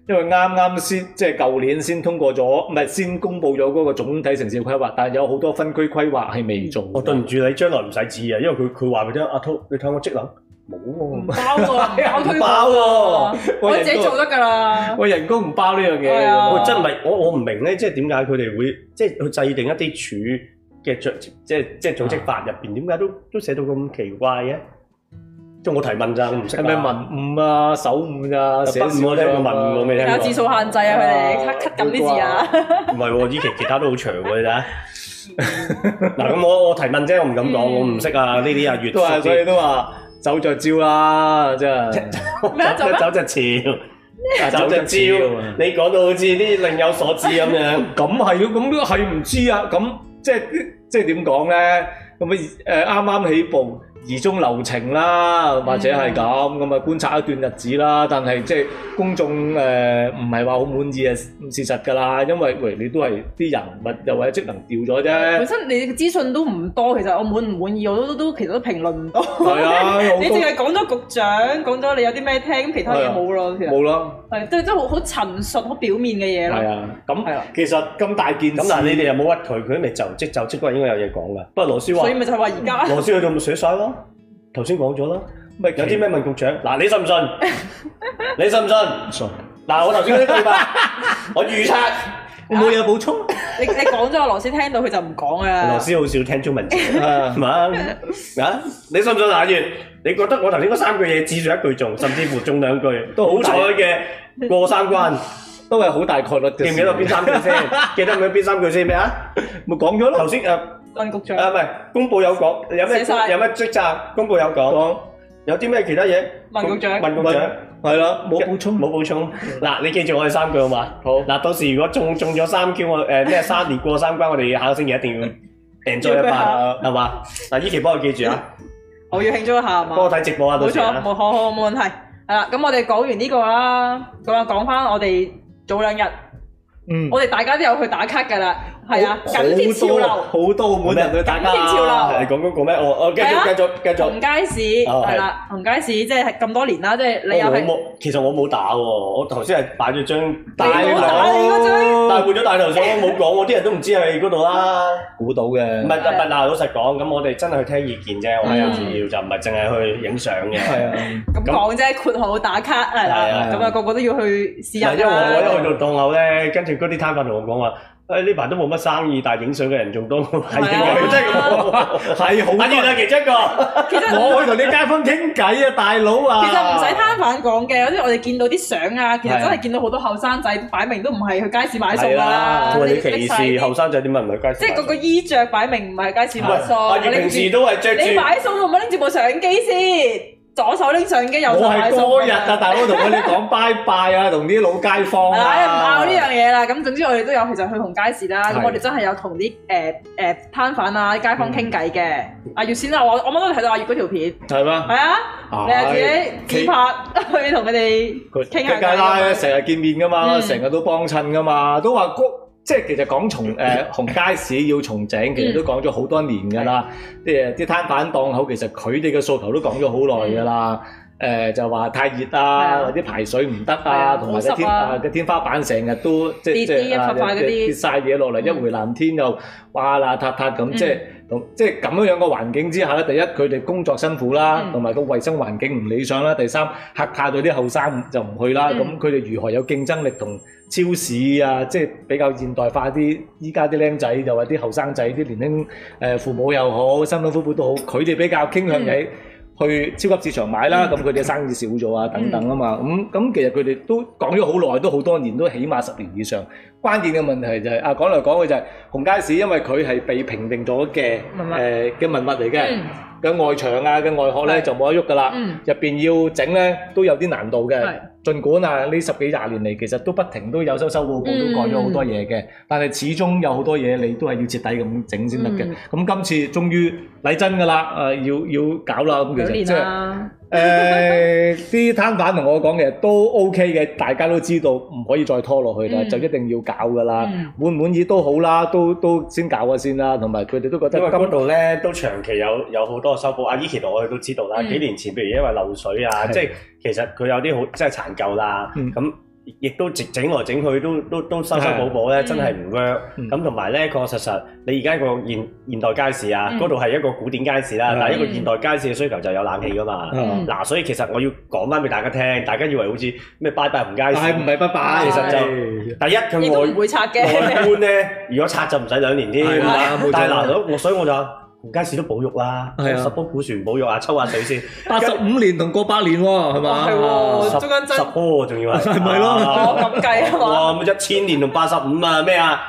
S2: 因為啱啱先即係舊年先通過咗，唔係先公布咗嗰個總體城市規劃，但係有好多分區規劃係未做。
S4: 我對唔住你，將來唔使指啊，因為佢佢話俾你聽，阿滔，你睇我職能
S1: 唔
S4: 冇
S1: 包喎，唔包推廣
S4: 包喎
S1: 喎，我自己做得㗎
S2: <laughs>
S1: 啦。
S2: 我人工唔包呢樣嘢，
S1: 係啊
S4: 喎，我真哦係我我唔明咧，即係點解佢哋會即係去制定一啲處嘅著即係即係組織法入邊，點解都都寫到咁奇怪嘅？即係我提問咋，我唔識
S2: 係咪文五啊、手五啊、寫
S4: 寫
S2: 少
S4: 我聽過
S2: 咗啊
S4: 文，我未聽
S1: 有
S4: 過。
S1: 字數限制啊，佢哋 cut cut 緊啲字啊。
S4: 唔係喎，依期其他都好長喎，你睇下。嗱，咁我我提問啫，我唔敢講，
S1: 嗯
S4: 我唔識啊，呢啲啊粵
S2: 都係所
S4: <laughs>
S2: 以都話走著招啦，真係
S1: 咩啊做咩
S4: 走隻潮，
S2: 啊
S4: 走隻
S2: 隻
S4: 招
S2: 招啊，
S4: 你講到好似啲另有所指咁樣。
S2: 咁係咯，咁都係唔知啊，咁即係即係點講咧？咁啊誒啱啱起步，疑中留情啦，或者係咁咁啊觀察一段日子啦，但係即係公眾誒唔係話好滿意啊事實㗎啦，因為喂你都係啲人物又或者職能掉咗
S1: 本
S2: 啫，
S1: 身你嘅資訊都唔多，其實我滿唔滿意我都都都其實都評論唔到。
S2: 係啊，好
S1: 你淨
S2: 多
S1: 係講咗局長，講咗你有啲咩聽，咁其他嘢冇咯。其實
S2: 冇啦，
S1: 係都都好好陳述、好表面嘅嘢
S2: 係
S1: 咯。
S2: 啊，
S1: 係啦
S2: 咁其實咁大件事，
S4: 咁但係你哋又冇屈佢，佢都未就職，就職嗰個人應該有嘢講噶。不過羅斯話
S1: 所以，咪就係話而家
S4: 羅斯去到咪寫晒咯，頭先講咗啦。
S2: 咪
S4: 有啲咩問局長？嗱，你信唔信？你信唔信？
S2: 信？
S4: 嗱，我頭先嗰啲對白，我預測
S2: 我冇嘢補充。
S1: <laughs> 你你講咗，羅斯聽到佢就唔講噶啦
S4: 羅。斯好少聽中文字，
S2: 啊
S4: 係嘛？啊，你信唔信嗱？月，你覺得我頭先嗰三句嘢只算一句中，甚至乎中兩句，
S2: 都好
S4: 好彩嘅過三關。
S2: 都係好大概率嘅。
S4: 記唔記得邊？三句先？記得唔記得邊三句先咩啊？
S2: 咪講咗咯
S4: 頭。先誒
S1: 温局長
S4: 啊，唔係公佈有講，有咩
S1: 寫晒
S4: 有咩職責？公佈有講，
S2: 講
S4: 有啲咩其他嘢？
S1: 問局長
S4: 問局長。
S2: 係啦，冇補充。
S4: 冇補充。嗱，你記住我哋三句好嘛？好。嗱，到時如果中中咗三 Q，我誒咩三年過三關，我哋下個星期一定要 enjoy 一
S1: 要
S4: 把，係嘛？嗱，依期幫我記住啊，
S1: 我要慶祝一下係
S4: 幫我
S1: 嘛？
S4: 睇直播啊，到
S1: 冇
S4: 時
S1: 錯，
S4: 啊。
S1: 冇好好冇問題。係啦，咁我哋講完呢個啦，咁啊講翻我哋早兩日，
S2: 嗯，
S1: 我哋大家都有去打卡噶啦，係啊，
S2: 好
S1: 緊貼潮流。
S2: 好多好多澳門人去打
S1: 緊貼潮流
S2: 卡。
S4: 你講嗰個咩？我我繼
S1: 係啊
S4: 續繼續繼續
S1: 紅。街市
S4: 哦係
S1: 係啦，紅街市即係咁多年啦，即係你又
S4: 我
S1: 係
S4: 冇，其實我冇打喎，我頭先係擺咗張大
S1: 你冇打你嗰張
S4: 但係換咗大頭相，我冇講，我啲人都唔知喺嗰度啦。
S2: 估到嘅
S4: 唔。係，唔係，嗱，老實講，咁我哋真係去聽意見啫，我哋有時要就唔係淨係去影相嘅。
S2: 係啊，
S1: 咁講啫，括號打卡係
S4: 係啊
S1: 啦，
S2: 係啊
S1: 咁啊個個都要去試下
S4: 嗱，因為我一
S1: 啦。
S4: 去到檔口咧，跟住嗰啲攤販同我講話，誒呢排都冇乜生意，但係影相嘅人仲多，係
S1: 係啊
S4: 真 <laughs> 係咁。
S2: 係好
S4: 阿月啊，
S2: 多。
S4: 其中一個，
S1: 其實
S2: 我去同啲街坊傾偈啊，大佬啊。
S1: 其實唔使攤販講嘅，有啲我哋見到啲相啊，其實
S2: 係啊
S1: 真係見到好多後生仔擺明都唔係去街市買餸
S4: 係
S1: 㗎
S4: 啦，
S1: 啦，
S4: 同埋你
S1: 拎
S4: 歧
S1: 晒啲
S4: 視後生仔點解唔去街市買餸？
S1: 即係個個衣着擺明唔係街市買
S4: 喂阿
S1: 餸，
S4: 月
S1: 拎
S4: 平時
S1: 住
S4: 都係着住，
S1: 你買餸都唔好拎住部相機先，左手拎相機，右手
S2: 我
S1: 買
S2: 係
S1: 餸㗎。
S2: 嗰日啊，大佬同佢哋講拜拜啊，同啲老街坊
S1: 係啦，
S2: 啊。
S1: 唔拗呢樣嘢啦。咁總之我哋都有其實去紅街市啦。咁
S2: 係
S1: 我哋真係有同啲誒誒攤販啊、街
S4: 嗯
S1: 坊傾偈嘅。阿月先啦，我我啱啱都睇到阿月嗰條片，
S2: 係咩？
S1: 係啊，你係自己自拍 <laughs> 去同佢哋傾下
S2: 梗係啦，
S1: 偈。
S2: 成日見面噶嘛，
S1: 嗯
S2: 成日都幫襯噶嘛，都話嗰即係其實
S1: <laughs>
S2: 講重誒、呃、紅街市要重整，
S1: 嗯
S2: 其實都講咗好多年噶啦。即係啲攤販檔口，其實佢哋嘅訴求都講咗好耐噶啦。誒、就話太熱
S1: 嗯
S2: 啊，
S1: 係啊
S2: 或者排水唔得
S1: 係啊
S2: 啊，同埋
S1: 好濕
S2: 個天
S1: 啊
S2: 啊個天花板成日都即係
S1: 跌
S2: 即
S1: 啲一
S2: 係
S1: 塊
S2: 啊
S1: 塊嗰啲
S2: 跌晒嘢落嚟，一回藍天又哇啦塌塌咁，
S1: 嗯
S2: 即係同即係咁樣樣嘅環境之下咧，第一佢哋工作辛苦啦
S1: 嗯，
S2: 同埋個衞生環境唔理想啦，第三嚇怕到啲後生就唔去啦，
S1: 嗯
S2: 咁佢哋如何有競爭力同超市啊，即係比較現代化啲，依家啲僆仔又或啲後生仔啲年輕誒父母又好，辛辛苦苦都好，佢哋比較傾
S1: 嗯
S2: 向喺去超級市場買啦，咁佢哋生意少咗啊，等等啊嘛，
S1: 嗯
S2: 咁咁其實佢哋都講咗好耐，都好多年，都起碼十年以上。關鍵嘅問題就係、啊，講嚟講去就係、紅街市，因為佢係被評定咗嘅
S1: 文物
S2: 誒嘅文物嚟嘅，
S1: 嗯
S2: 嘅、外牆啊嘅外殼咧
S1: 係
S2: 就冇得喐噶啦，
S1: 嗯，
S2: 入邊要整咧都有啲難度嘅。
S1: 係
S2: 儘管啊，呢十幾廿年嚟，其實都不停都有修修補補，
S1: 嗯
S2: 都改咗好多嘢嘅。但係始終有好多嘢你都係要徹底咁整先得嘅。
S1: 嗯
S2: 咁、今次終於嚟真㗎啦，誒、呃要要搞啦。
S1: 兩
S2: 咁其實
S1: 年
S2: 即係
S1: 啦，
S2: 誒啲攤販同我講嘅都 OK 嘅，大家都知道唔可以再拖落去啦，
S1: 嗯
S2: 就一定要搞㗎啦。
S1: 嗯
S2: 滿唔滿意都好啦，都都先搞咗先啦。同埋佢哋都覺得
S4: 因為
S2: 今
S4: 嗰度咧都長期有有好多修補，啊阿依其實我哋都知道啦。
S1: 嗯
S4: 幾年前譬如因為漏水啊，
S2: 係
S4: 即係其實佢有啲好真係殘舊啦，
S2: 嗯
S4: 咁亦都整整來整去都都都修修補補
S1: 係
S4: 咧，真係唔 work。
S2: 嗯
S4: 咁同埋咧，確確實實你而家個現現代街市啊，
S1: 嗯
S4: 嗰度係一個古典街市啦
S2: 嗯，
S4: 但係一個現代街市嘅需求就有冷氣噶嘛。
S2: 嗯
S4: 嗱，所以其實我要講翻俾大家聽，大家以為好似咩拜拜紅街市
S2: 係唔，係不拜？
S1: 其實
S2: 就
S4: 第一佢
S1: 亦都唔
S4: 外
S1: 會拆 <laughs> 嘅。
S4: 外觀咧，如果拆就唔使兩年添
S2: 係
S1: 啦
S2: 冇錯。
S4: 但係嗱，我所以我就話紅街市都保育啦，
S2: 係啊
S4: 十棵古樹唔保育啊，抽下水先。
S2: 八十五年同過百年喎，係嘛？
S1: 哦係喎中間真
S4: 十棵仲要係，
S2: 係 <laughs> 咪咯
S1: 我咁計啊嘛，
S4: 哇！咁一千年同八十五啊，咩啊？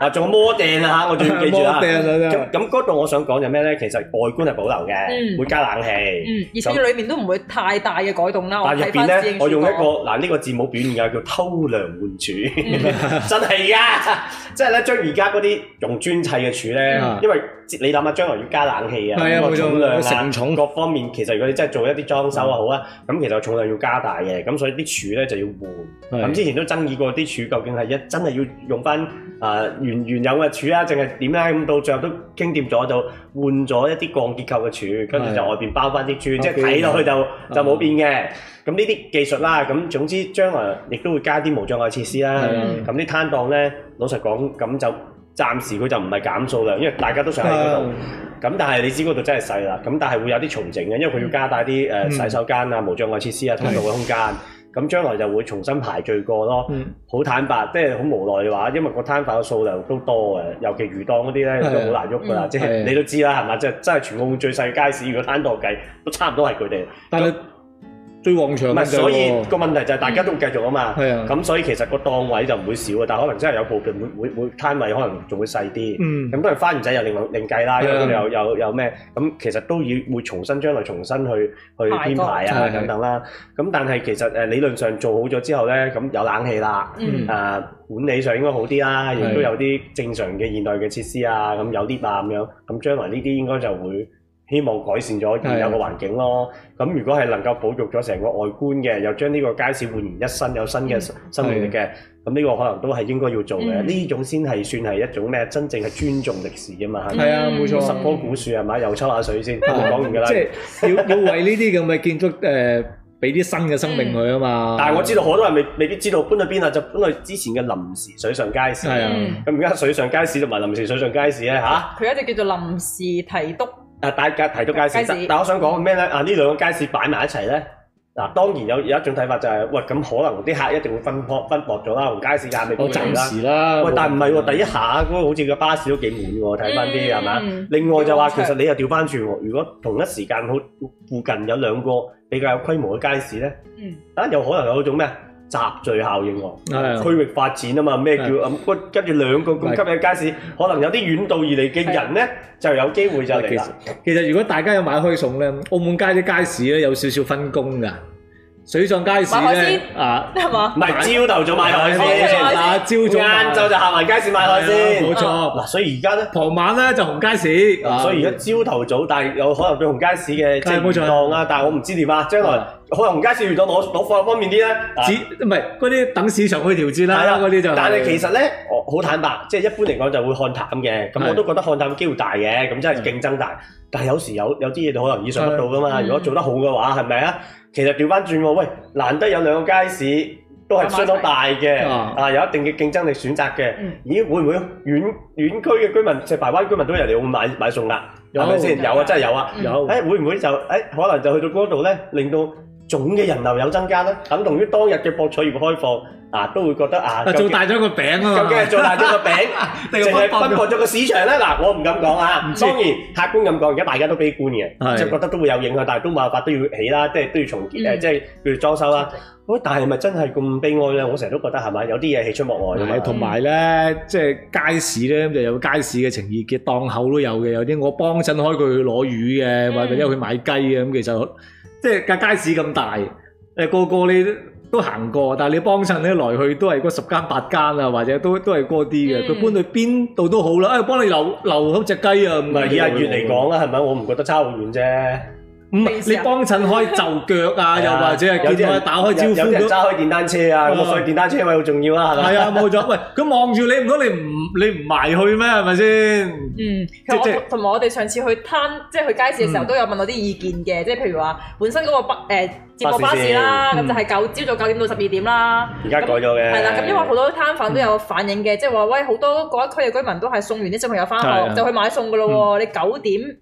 S4: 啊，仲有摩掟啊嚇，我仲要記住啦。
S2: <laughs> 摩掟啊真係
S4: 咁咁嗰度我想講就咩咧？其實外觀係保留
S1: 嗯
S4: 嘅，會加冷氣。
S1: 嗯，而且裏面都唔會太大嘅改動啦。我
S4: 但係入
S1: 睇
S4: 邊
S1: 翻
S4: 咧，我用一個
S1: 個
S4: 嗱呢個字母表現嘅叫偷梁換柱，
S1: 嗯
S4: <laughs> 真係噶，即係咧將而家嗰啲用磚砌嘅柱咧
S2: 嗯，
S4: 因為你諗下將來要加冷氣啊，
S2: 係啊
S4: 個
S2: 冇錯
S4: 重量
S2: 承
S4: 啊，
S2: 重
S4: 各方面其實如果你真係做一啲裝修啊好啊，咁其實重量要加大嘅，咁所以啲柱咧就要換。
S2: 係
S4: 咁之前都爭議過啲柱究竟係一真係要用翻啊原原有嘅柱啊，定係點咧？咁到最後都傾掂咗，就換咗一啲鋼結構嘅柱，跟住就
S2: 係哦
S4: 外邊包翻啲磚，
S2: 包
S4: 即係
S2: 邊
S4: 睇落去就
S2: 嗯
S4: 就冇變嘅。咁呢啲技術啦，咁總之將來亦都會加啲無障礙設施啦
S2: 係啊。
S4: 咁啲攤檔咧，老實講，咁就暫時佢就唔係減數量，因為大家都想喺嗰度。
S2: 啊
S4: 咁但係你知嗰度真係細啦，咁但係會有啲重整嘅，因為佢要加大啲誒
S2: 嗯
S4: 洗手間啊、無障礙設施啊、通道嘅空間。咁將來就會重新排序過咯。
S2: 嗯
S4: 好坦白，即係好無奈嘅話，因為個攤販嘅數量都多嘅，尤其魚檔嗰啲咧
S2: 係啊
S4: 都好難喐噶啦，
S1: 嗯
S4: 即
S2: 係
S4: 係你都知啦，係嘛？即係真係全澳門最細嘅街市，如果攤檔計都差唔多係佢哋。
S2: 但係最旺場
S4: 唔
S2: 嘅
S4: 係，
S2: 就
S4: 所以
S2: 係喎
S4: 個問題就係大家都會繼續啊嘛。
S2: 係啊，
S4: 咁所以其實個檔位就唔會少嘅，啊但可能真係有部分會會會攤位可能仲會細啲。
S2: 嗯
S4: 咁當然花園仔又另外另計啦，
S2: 係
S4: 因
S2: 啊
S4: 為佢哋又又又咩咁，其實都要會重新將來重新去去
S1: 排
S4: 編
S1: 過
S4: 排
S2: 係
S4: 啊
S2: 係
S4: 等等啦。咁但係其實誒理論上做好咗之後咧，咁有冷氣啦，
S1: 嗯
S4: 誒啊管理上應該好啲啦，亦
S2: 係
S4: 都有啲正常嘅現代嘅設施啊，咁有 lift 啊咁樣，咁將來呢啲應該就會。希望改善咗現有嘅環境咯。咁如果係能夠保育咗成個外觀嘅，又將呢個街市煥然一新，有新嘅
S2: 嗯
S4: 生命力嘅，咁呢個可能都係應該要做嘅。
S1: 嗯
S4: 呢、種先係算係一種咩？真正係尊重歷史啊嘛，
S1: 嗯
S4: 係咪？
S2: 係啊冇錯
S4: 十棵古樹係咪？又抽下水先，
S2: 啊
S4: 講完㗎啦
S2: 即。係要要為呢啲咁嘅建築誒俾啲新嘅生命佢啊嘛。
S4: 但係我知道好多人未未必知道搬去邊啊，就搬去之前嘅臨時水上街市。
S2: 係啊
S1: 嗯
S4: 咁而家水上街市同埋臨時水上街市咧嚇。
S1: 佢一直叫做臨時提督，
S4: 啊，大家提到街
S1: 街
S4: 市，
S1: 市
S4: 但但我想講咩咧？啊，呢兩個街市擺埋一齊咧，嗱、當然有有一種睇法就係、喂，咁可能啲客一定會分薄分薄咗啦，同街市嘅客未必
S2: 我
S4: 會嚟
S2: 暫
S4: 啦。
S2: 時啊啦。
S4: 喂，但唔係喎，第一
S2: 一
S4: 下嗰個好似個巴士都幾滿喎，睇翻啲係嘛？
S1: 嗯
S4: 另外就話
S1: 幾
S4: 其
S1: 好
S4: 實你又調翻轉喎，如果同一時間好附近有兩個比較有規模嘅街市咧，
S1: 嗯
S4: 啊有可能有種咩啊集聚效應喎。
S2: 係啊
S4: 區域發展啊嘛，咩叫
S2: 嗯
S4: 咁？跟跟住兩個咁吸引嘅街市，可能有啲遠道而嚟嘅人咧，就有機會就嚟
S2: 其
S4: 啦
S2: 實。其實如果大家有買開餸咧，澳門街啲街市咧有少少分工㗎。水上街市
S1: 買
S2: 咧
S1: 海
S2: 啊，
S1: 係嘛？
S4: 唔係朝頭早買海鮮，
S2: 啊朝早買
S4: 晏晝就行埋街市買海鮮。
S2: 啊冇錯。
S4: 嗱，所以而家咧，
S2: 傍晚咧就紅街市，啊
S4: 所以而家朝頭早，但係有可能對紅街市嘅即
S2: 係冇
S4: 係
S2: 錯
S4: 檔啊，但係我唔知點啊。將來可能紅街市遇到攞攞貨方面啲咧，啊
S2: 只唔係嗰啲等市場去調節啦，嗰啲就
S4: 但係其實咧，我好坦白，即係一般嚟講就會看淡嘅。咁
S2: 係
S4: 我都覺得看淡機會大嘅，咁真係競爭大。但係有時有有啲嘢就可能意想不到噶嘛。
S1: 係
S4: 如果做得好嘅話，係咪啊？其實調翻轉喎，喂，難得有兩個街市都係相當大嘅，
S2: 啊
S4: 啊有一定嘅競爭力選擇嘅。
S1: 嗯
S4: 咦，會唔會遠遠區嘅居民，石排灣居民都有嚟澳門買買餸啦？
S2: 有
S4: 係咪先？有啊，真係有啊。
S1: 嗯
S2: 有
S4: 誒會唔會就誒可能就去到嗰度咧，令到總嘅人流有增加咧？等同於當日嘅博彩業開放啊，都會覺得
S2: 啊
S4: 啊，究
S2: 做
S4: 竟
S2: 大咗個餅啊
S4: 究
S2: 嘛
S4: 竟，係做大咗個餅，
S2: <laughs> 定
S4: 淨係分
S2: 咗
S4: 薄咗個市場咧？嗱，我唔敢講啊
S2: 唔。知
S4: 當然客觀咁講，而家大家都悲觀嘅，
S2: 係
S4: 即係覺得都會有影響，但係都冇辦法都要起啦，即係都要重建誒，
S1: 嗯
S4: 即係叫做裝修啦。喂，但係咪真係咁悲哀咧？我成日都覺得係咪有啲嘢喜出望外㗎嘛
S2: 係，同埋咧，即係街市咧，就有街市嘅情意結，檔口都有嘅，有啲我幫襯開佢去攞魚嘅，
S1: 嗯
S2: 或者有去買雞嘅，咁其實即係架街市咁大，誒個個你都行過，但係你幫襯咧來去都係嗰十間八間啊，或者都都係嗰啲嘅，
S1: 嗯
S2: 佢搬去邊度都好啦，誒幫你留留好只雞啊，唔
S4: 唔係以阿月嚟講啦，啊係咪？我唔覺得差好遠啫。
S2: 唔係你幫襯開就腳啊，又或者
S4: 有
S2: 係
S4: 啲
S2: 見到
S4: 人
S2: 打開招
S4: 有有
S2: 呼
S4: 啲人
S2: 咁。
S4: 揸開電單車啊，咁
S2: 啊
S4: 所以電單車位好重要啦，係咪？
S2: 係啊，冇錯。喂，佢望住你，唔通你唔你唔埋去咩？係咪先？
S1: 嗯，其實
S2: 即
S1: 我同埋我哋上次去攤，即係去街市嘅時候，
S2: 嗯
S1: 都有問我啲意見嘅，即係譬如話本身嗰個巴誒接駁
S4: 巴
S1: 巴
S4: 士
S1: 士啦，
S2: 線
S1: 咁就係九朝早九點到十二點啦。
S4: 而家改咗嘅。
S1: 係啦，咁因為好多攤販都有反映嘅，即係話喂，好多嗰一區嘅居民都係送完啲小朋友翻
S2: 係啊
S1: 學就去買餸噶咯喎，你九點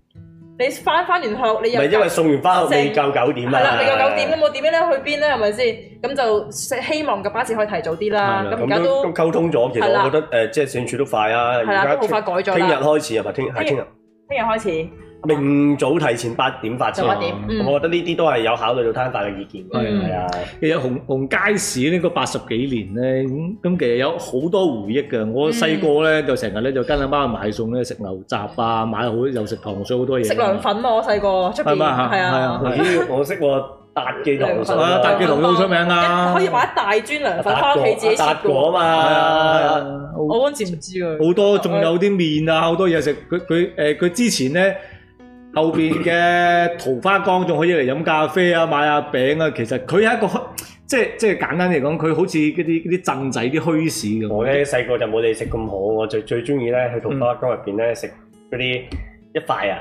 S1: 你翻翻完學你
S4: 唔
S1: 又
S4: 係因為送完翻學未夠九點啊。
S1: 係啦，你夠九點咁，我點樣咧去邊咧係咪先？咁就希望嘅巴士可以提早啲啦。
S2: 係啦
S1: 咁而
S4: 啊咁
S1: 家
S4: 都
S1: 都
S4: 咁溝通咗，其
S1: 係
S4: 實
S1: 啦
S4: 我覺得誒，呃即係選處都快啊。而
S1: 係啦，
S4: 家
S1: 都好快改咗
S4: 聽日
S1: 啦。
S4: 開始係咪？聽係聽日，
S1: 聽日開始
S4: 明早提前八點發
S1: 就
S4: 車。
S1: 八點，嗯
S4: 我覺得呢啲都係有考慮到攤販嘅意見嘅，
S2: 嗯
S4: 係啊，
S2: 其實紅紅街市呢個八十幾年咧，咁咁其實有好多回憶嘅。
S1: 嗯
S2: 我細個咧就成日咧就跟阿媽去買餸咧，食牛雜啊，買好又食糖水好多嘢。
S1: 食涼粉啊！我細個出
S2: 係
S1: 邊
S2: 咪啊
S1: 係
S2: 係啊
S1: 啊，
S4: 咦，我識喎，達記糖水
S2: 係啊，達記糖水好出名啊！
S1: 一可以買一大樽涼粉翻屋企自己切
S4: 達果
S1: 嘅。
S2: 係
S4: 啊嘛，係
S2: 啊
S4: 啊，
S2: 好
S1: 我嗰陣時唔知啊。
S2: 好多仲有啲面啊，好多嘢食。佢佢誒佢之前咧後邊嘅桃花江仲可以嚟飲咖啡啊，買下餅啊。其實佢係一個墟即係即係簡單嚟講，佢好似嗰啲嗰啲鎮仔啲墟市咁。
S4: 我咧細個就
S1: 嗯
S4: 冇你食咁好，我最最中意咧去桃花江入邊咧食嗰啲一塊啊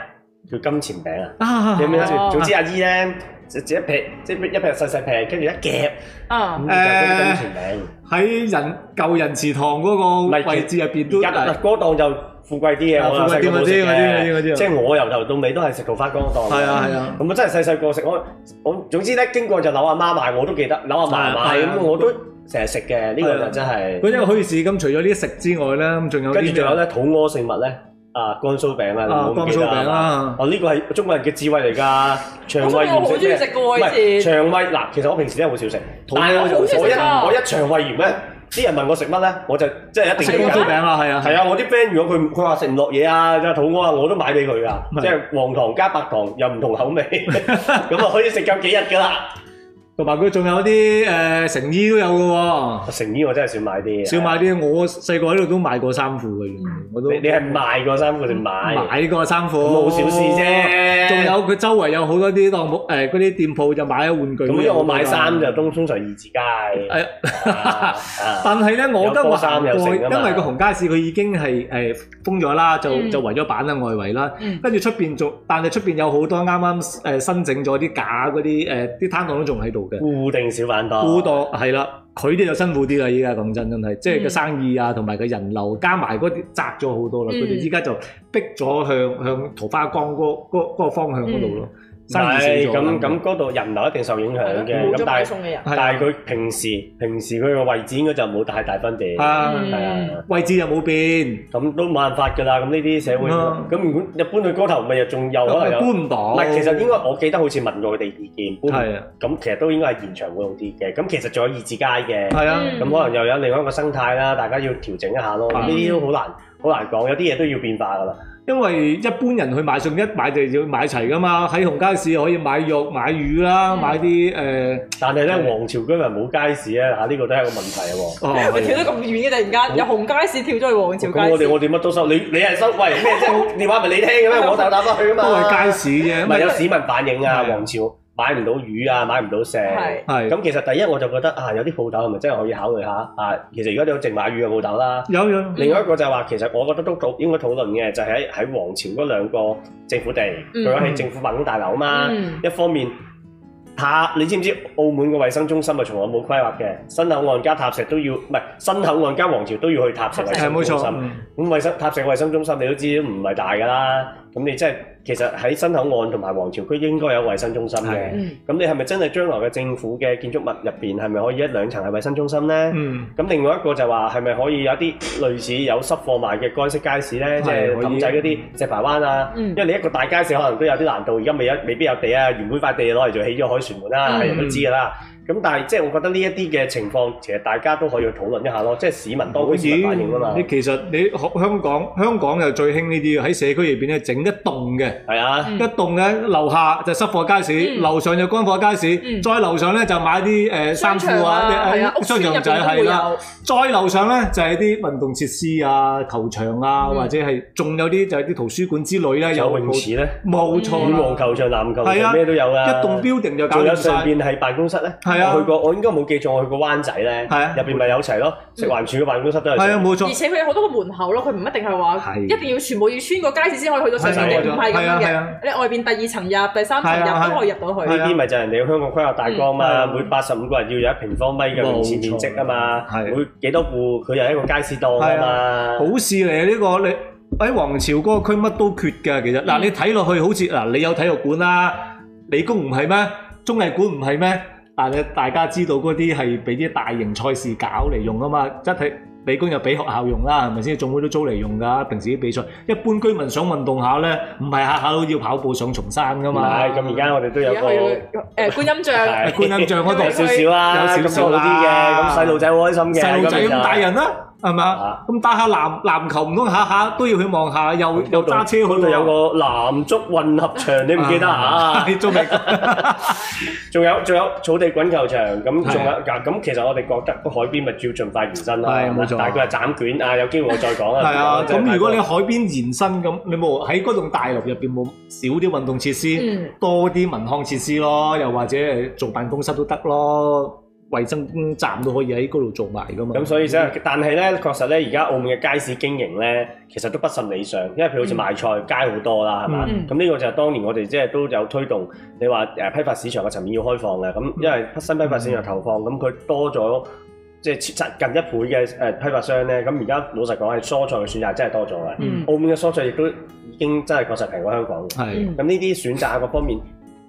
S4: 叫金錢餅啊。
S2: 啊
S4: 你有冇諗
S1: 哦
S4: 住？總之阿姨咧，就自己劈，即係一劈細細劈，跟住一夾，
S1: 啊
S4: 咁就嗰啲金錢餅。
S2: 喺人舊人祠堂嗰個位置入邊都
S4: 而家嗱嗰檔就富貴啲
S2: 啊
S4: 嘅，我
S2: 富貴
S4: 細
S2: 啲
S4: 個冇
S2: 我知
S4: 食
S2: 我知我知我知
S4: 嘅，即係我由頭到尾都係食桃花江檔。
S2: 係啊係啊。
S4: 咁我真係細細個食，我我總之咧經過就扭阿媽買，我都記得扭阿嫲買，
S2: 係啊係啊啊
S4: 咁我都成日食嘅。呢個就真係。
S2: 嗰啲墟市咁，除咗呢啲食之外咧，咁仲有
S4: 跟住
S2: 啲
S4: 仲有咧肚屙食物咧，啊乾酥餅啊，
S2: 啊
S4: 你
S2: 光
S4: 冇記
S2: 酥
S4: 得
S2: 餅
S4: 啊？
S2: 啦，
S4: 哦，呢個係中國人嘅智慧嚟㗎，腸胃
S1: <laughs> 我
S4: 炎
S1: 好中意食
S4: 食
S1: 嘅喎
S4: 唔
S1: 以
S4: 係
S1: 前
S4: 腸胃嗱，其實我平時真係好少食，但係
S1: 我好中意食
S4: 我我一
S1: 啊
S4: 我一腸胃炎咧，啲人問我食乜咧，我就即係一定
S2: 食
S4: 記
S2: 光
S4: 得
S2: 酥餅啊，係啊，
S4: <laughs> 係啊，我啲 friend 如果佢佢話食唔落嘢啊，真係肚屙啊，我都買俾佢
S2: <laughs> 係
S4: 噶，即係黃糖加白糖又唔同口
S2: <laughs>
S4: 味，咁啊可以食夠幾日㗎啦。
S2: 同埋佢仲有啲誒成衣都有嘅喎。
S4: 成衣我真係少買啲，啊
S2: 少買。啲，我細個喺度都買過衫褲嘅，原來我都
S4: 你你係賣過衫褲定買？
S2: 買過衫褲，
S4: 咁好小事。啫。
S2: 仲有佢周圍有好多啲檔鋪，誒嗰啲店鋪就買咗玩具。
S4: 咁，因為我買衫就通通常二字街。
S2: 誒，
S4: 啊啊
S2: 哎 <laughs> 但係咧，我覺得
S4: 有波
S2: 行
S4: 衫有
S2: 過，
S4: 剩
S2: 因
S4: 㗎嘛
S2: 為個紅街市佢已經係誒封咗啦，就
S1: 嗯
S2: 就圍咗板啦、外圍啦
S1: 嗯，
S2: 跟住出邊仲，但係出邊有好多啱啱誒新整咗啲架嗰啲誒啲攤檔都仲喺度嘅。
S4: 固定小販檔。
S2: 估到係啦，佢哋就辛苦啲啦。依家講真，真係即係個
S1: 嗯
S2: 生意啊，同埋個人流加埋嗰啲窄咗好多啦。
S1: 嗯
S2: 佢哋依家就逼咗向向桃花江嗰嗰嗰個方向嗰度咯，
S1: 嗯
S4: 唔
S2: 生意
S4: 係
S2: 少
S4: 咁
S2: 咗。
S4: 咁嗰度人流一定受影響嘅，
S1: 冇
S4: 咁
S1: 咗
S4: 但
S1: 買
S4: 係
S1: 餸嘅人，
S2: 係啊
S4: 但係佢平時平時佢個位置應該就冇太大分別。
S2: 啊
S1: 嗯
S4: 係啊。
S2: 位置又冇變，
S4: 咁都冇辦法㗎啦，咁呢啲社會
S2: 嗯
S4: 咁如果一搬去歌頭，咪又仲有可能
S2: 啊搬
S4: 有。
S2: 唔到。
S4: 唔係，其實應該我記得好似問過佢哋意見，搬
S2: 係啊，
S4: 咁其實都應該係現場會好啲嘅。咁其實仲有二字街嘅，
S2: 係啊，
S1: 嗯
S4: 咁可能又有另外一個生態啦，大家要調整一下咯。
S2: 嗯
S4: 呢啲都好難好難講，有啲嘢都要變化㗎啦。
S2: 因為一般人去買餸一買就要買齊噶嘛。喺紅街市可以買肉、買魚啦，
S1: 嗯
S2: 買啲誒
S4: 但係咧，
S2: 嗯
S4: 皇朝居民冇街市咧，嚇呢個都係一個問題喎。
S2: 哦，
S1: <laughs> 我跳得咁遠嘅突然間，由紅街市跳咗去黃朝
S4: 咁我
S1: 街
S4: 哋
S1: 市，
S4: 我哋乜都收，你你係收喂咩啫？電話咪你聽嘅咩？我就打翻去㗎
S2: 都
S4: 嘛。
S2: 係街市啫。
S4: 唔係有市民反映
S2: 係啊
S4: 啊，皇朝買唔到魚啊，買唔到石。
S1: 係
S2: 係
S4: 咁其實第一我就覺得啊，有啲鋪頭係咪真係可以考慮下啊？其實而家都有淨買魚嘅鋪頭啦。
S2: 有有
S4: 另外一個就係話，其實我覺得都討應該討論嘅，就係喺喺皇朝嗰兩個政府地，
S1: 嗯
S4: 佢係政府辦公大樓
S2: 啊
S4: 嘛。
S1: 嗯
S4: 一方面，塔你知唔知澳門嘅衞生中心係從來冇規劃嘅，新口岸加塔石都要，唔係新口岸加皇朝都要去塔石衞
S2: 係
S4: 生
S2: 冇
S4: 中心。
S2: 錯。
S4: 咁
S2: 嗯
S4: 衞生塔石衞生中心你都知唔係大㗎啦，咁你真係其實喺新口岸同埋皇朝區應該有衞生中心
S2: 係
S4: 嘅。
S1: 嗯
S4: 咁你係咪真係將來嘅政府嘅建築物入邊係咪可以一兩層係衞生中心呢？
S2: 嗯。
S4: 咁、另外一個就話係咪可以有啲類似有濕貨賣嘅乾式街市呢？即係
S2: 可以
S4: 氹仔嗰啲石排灣啊，
S1: 嗯
S4: 因為你一個大街市可能都有啲難度，而家未有未必有地啊，原本塊地攞嚟做起咗海船門啦，
S1: 嗯
S4: 係人都知㗎啦。咁但係即係我覺得呢一啲嘅情況，其實大家都可以去討論一下咯，即係市民當區市民反應啊嘛
S2: 你。其實你學香港，香港又最興呢啲嘅喺社區入邊咧整一棟嘅，
S4: 係啊，
S1: 嗯
S2: 一棟咧樓下就濕貨街市，
S1: 嗯
S2: 樓上就乾貨街市，
S1: 嗯
S2: 再樓上咧就買啲誒衫
S1: 商場
S2: 褲啊，
S1: 係啊，
S2: 誒
S1: 屋村
S2: 商
S1: 入邊
S2: 場仔
S1: 都會
S2: 係啦，
S1: 有，
S2: 再樓上咧就係啲運動設施啊、球場啊，
S1: 嗯
S2: 或者係仲有啲就係啲圖書館之類咧，
S4: 有
S2: 有
S4: 泳池呢，
S2: 冇錯
S4: 羽毛
S2: 啦，
S4: 球場、籃球
S2: 係啊
S4: 場咩都有
S2: 一
S4: 啦。
S2: 棟 building 就搞
S4: 仲有
S2: 掂
S4: 上
S2: 曬，
S4: 邊係辦公室咧，
S2: 係啊
S4: 我去過，我應該冇記錯，我去過灣仔咧，
S2: 係啊
S4: 入邊咪有齊咯，食環署嘅辦公室都有齊。
S2: 係啊冇錯
S1: 而。且佢有好多個門口咯，佢唔一定係話
S2: 係
S1: 一定要全部要穿過街市先可以去到上面嘅，
S4: 係
S1: 唔
S4: 冇
S2: 錯
S1: 係咁
S2: 係啊
S1: 樣
S2: 係啊
S1: 嘅。你外邊第二層入、第三層
S2: 係啊係啊
S1: 入都可以入到去。
S2: 係
S4: 呢啲咪就係人哋香港規劃大綱嘛，
S2: 嗯
S4: 每八十五個人要有一平方米嘅
S2: 冇錯
S4: 泳池面積啊嘛，
S2: 係
S4: 每幾多戶佢又係一個街市檔啊嘛，
S2: 好事嚟啊！呢、個你喺皇朝嗰個區乜都缺㗎，其實嗱、
S1: 嗯
S2: 你睇落去好似嗱，你有體育館啦，理工唔係咩？綜藝館唔係咩？但係大家知道嗰啲係俾啲大型賽事搞嚟用啊嘛，一睇理工又俾學校用啦，係咪先？總會都租嚟用㗎，平時啲比賽，一般居民想運動下咧，唔係下下都要跑步上松山㗎
S4: 唔
S2: 嘛。
S4: 係咁而家我哋都
S2: 啊
S4: 有
S1: 而
S4: 個
S1: 家去誒觀音像，
S4: 係
S2: 觀音像嗰度
S4: 有少少啦，
S2: 有少少
S4: 咁就好啲
S2: 啦
S4: 嘅，咁細路仔好開心嘅，
S2: 細路仔咁大人啦、係嘛
S4: 啊？
S2: 咁打下籃籃球唔通下下都要去望下，又又揸車去
S4: 嗰度
S2: 喎
S4: 有個男足混合場，你唔記
S2: <laughs>
S4: 得啊？
S2: 係綜
S4: <laughs>
S2: 藝館
S4: 仲有仲有草地滾球場，咁
S2: 係
S4: 仲有嗱咁，其實我哋覺得個海邊咪照盡快延伸啦，
S2: 係冇錯
S4: 但係佢係斬卷啊，有機會我再講啦。
S2: <laughs> 係啊，
S4: 真係
S2: 咁如果你
S4: 太
S2: 海邊延伸咁，你冇喺嗰棟大樓入邊冇少啲運動設施，
S1: 嗯
S2: 多啲文康設施咯，又或者係做辦公室都得咯。衞生站都可以喺嗰度做埋噶嘛。
S4: 咁所以真係，但係咧，確實咧，而家澳門嘅街市經營咧，其實都不甚理想，因為譬如好
S2: 嗯
S4: 似賣菜街好多啦，係嘛？
S1: 嗯
S4: 咁呢個就係當年我哋即係都有推動，你話誒批發市場嘅層面要開放嘅，
S2: 嗯
S4: 咁因為新批發市場投放，咁佢多咗即係切近一倍嘅誒批發商咧，咁而家老實講係蔬菜嘅選擇真係多咗啊嘅，
S1: 嗯
S4: 澳門嘅蔬菜亦都已經真係確實平過香港嘅。
S2: 係
S1: 嗯
S4: 咁呢啲選擇各方面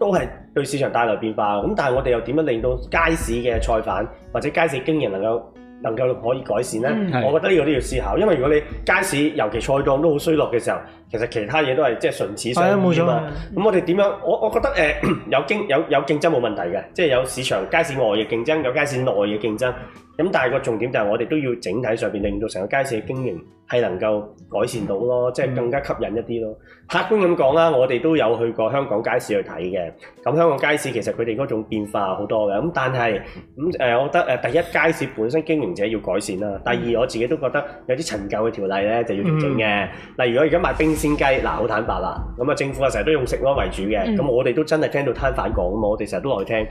S4: 都係對市場帶來變化。咁但係我哋又點樣令到街市嘅菜販或者街市經營能夠能夠可以改善呢？
S1: 嗯
S2: 係
S4: 我覺得呢個都要思考，因為如果你街市尤其菜檔都好衰落嘅時候，其實其他嘢都係即係唇齒
S2: 係啊，
S4: 相
S2: 冇
S4: 依啊
S2: 錯
S4: 嘛。
S2: 啊。
S4: 咁我哋點樣？我我覺得誒、呃 <clears throat> 有競有有競爭冇問題嘅，即係有市場街市外嘅競爭，有街市內嘅競爭。咁但係個重點就係我哋都要整體上邊令到成個街市嘅經營係能夠改善到咯，即係更加吸引一啲咯。客觀咁講啦，我哋都有去過香港街市去睇嘅。咁香港街市其實佢哋嗰種變化好多嘅。咁但係咁誒，我覺得誒呃第一街市本身經營者要改善啦。第二我自己都覺得有啲陳舊嘅條例咧就要調整嘅。例如我而家賣冰鮮雞，嗱好坦白啦，咁啊政府啊成日都用食安為主嘅，
S1: 嗯
S4: 咁、我哋都真係聽到攤販講啊嘛，我哋成日都落去聽，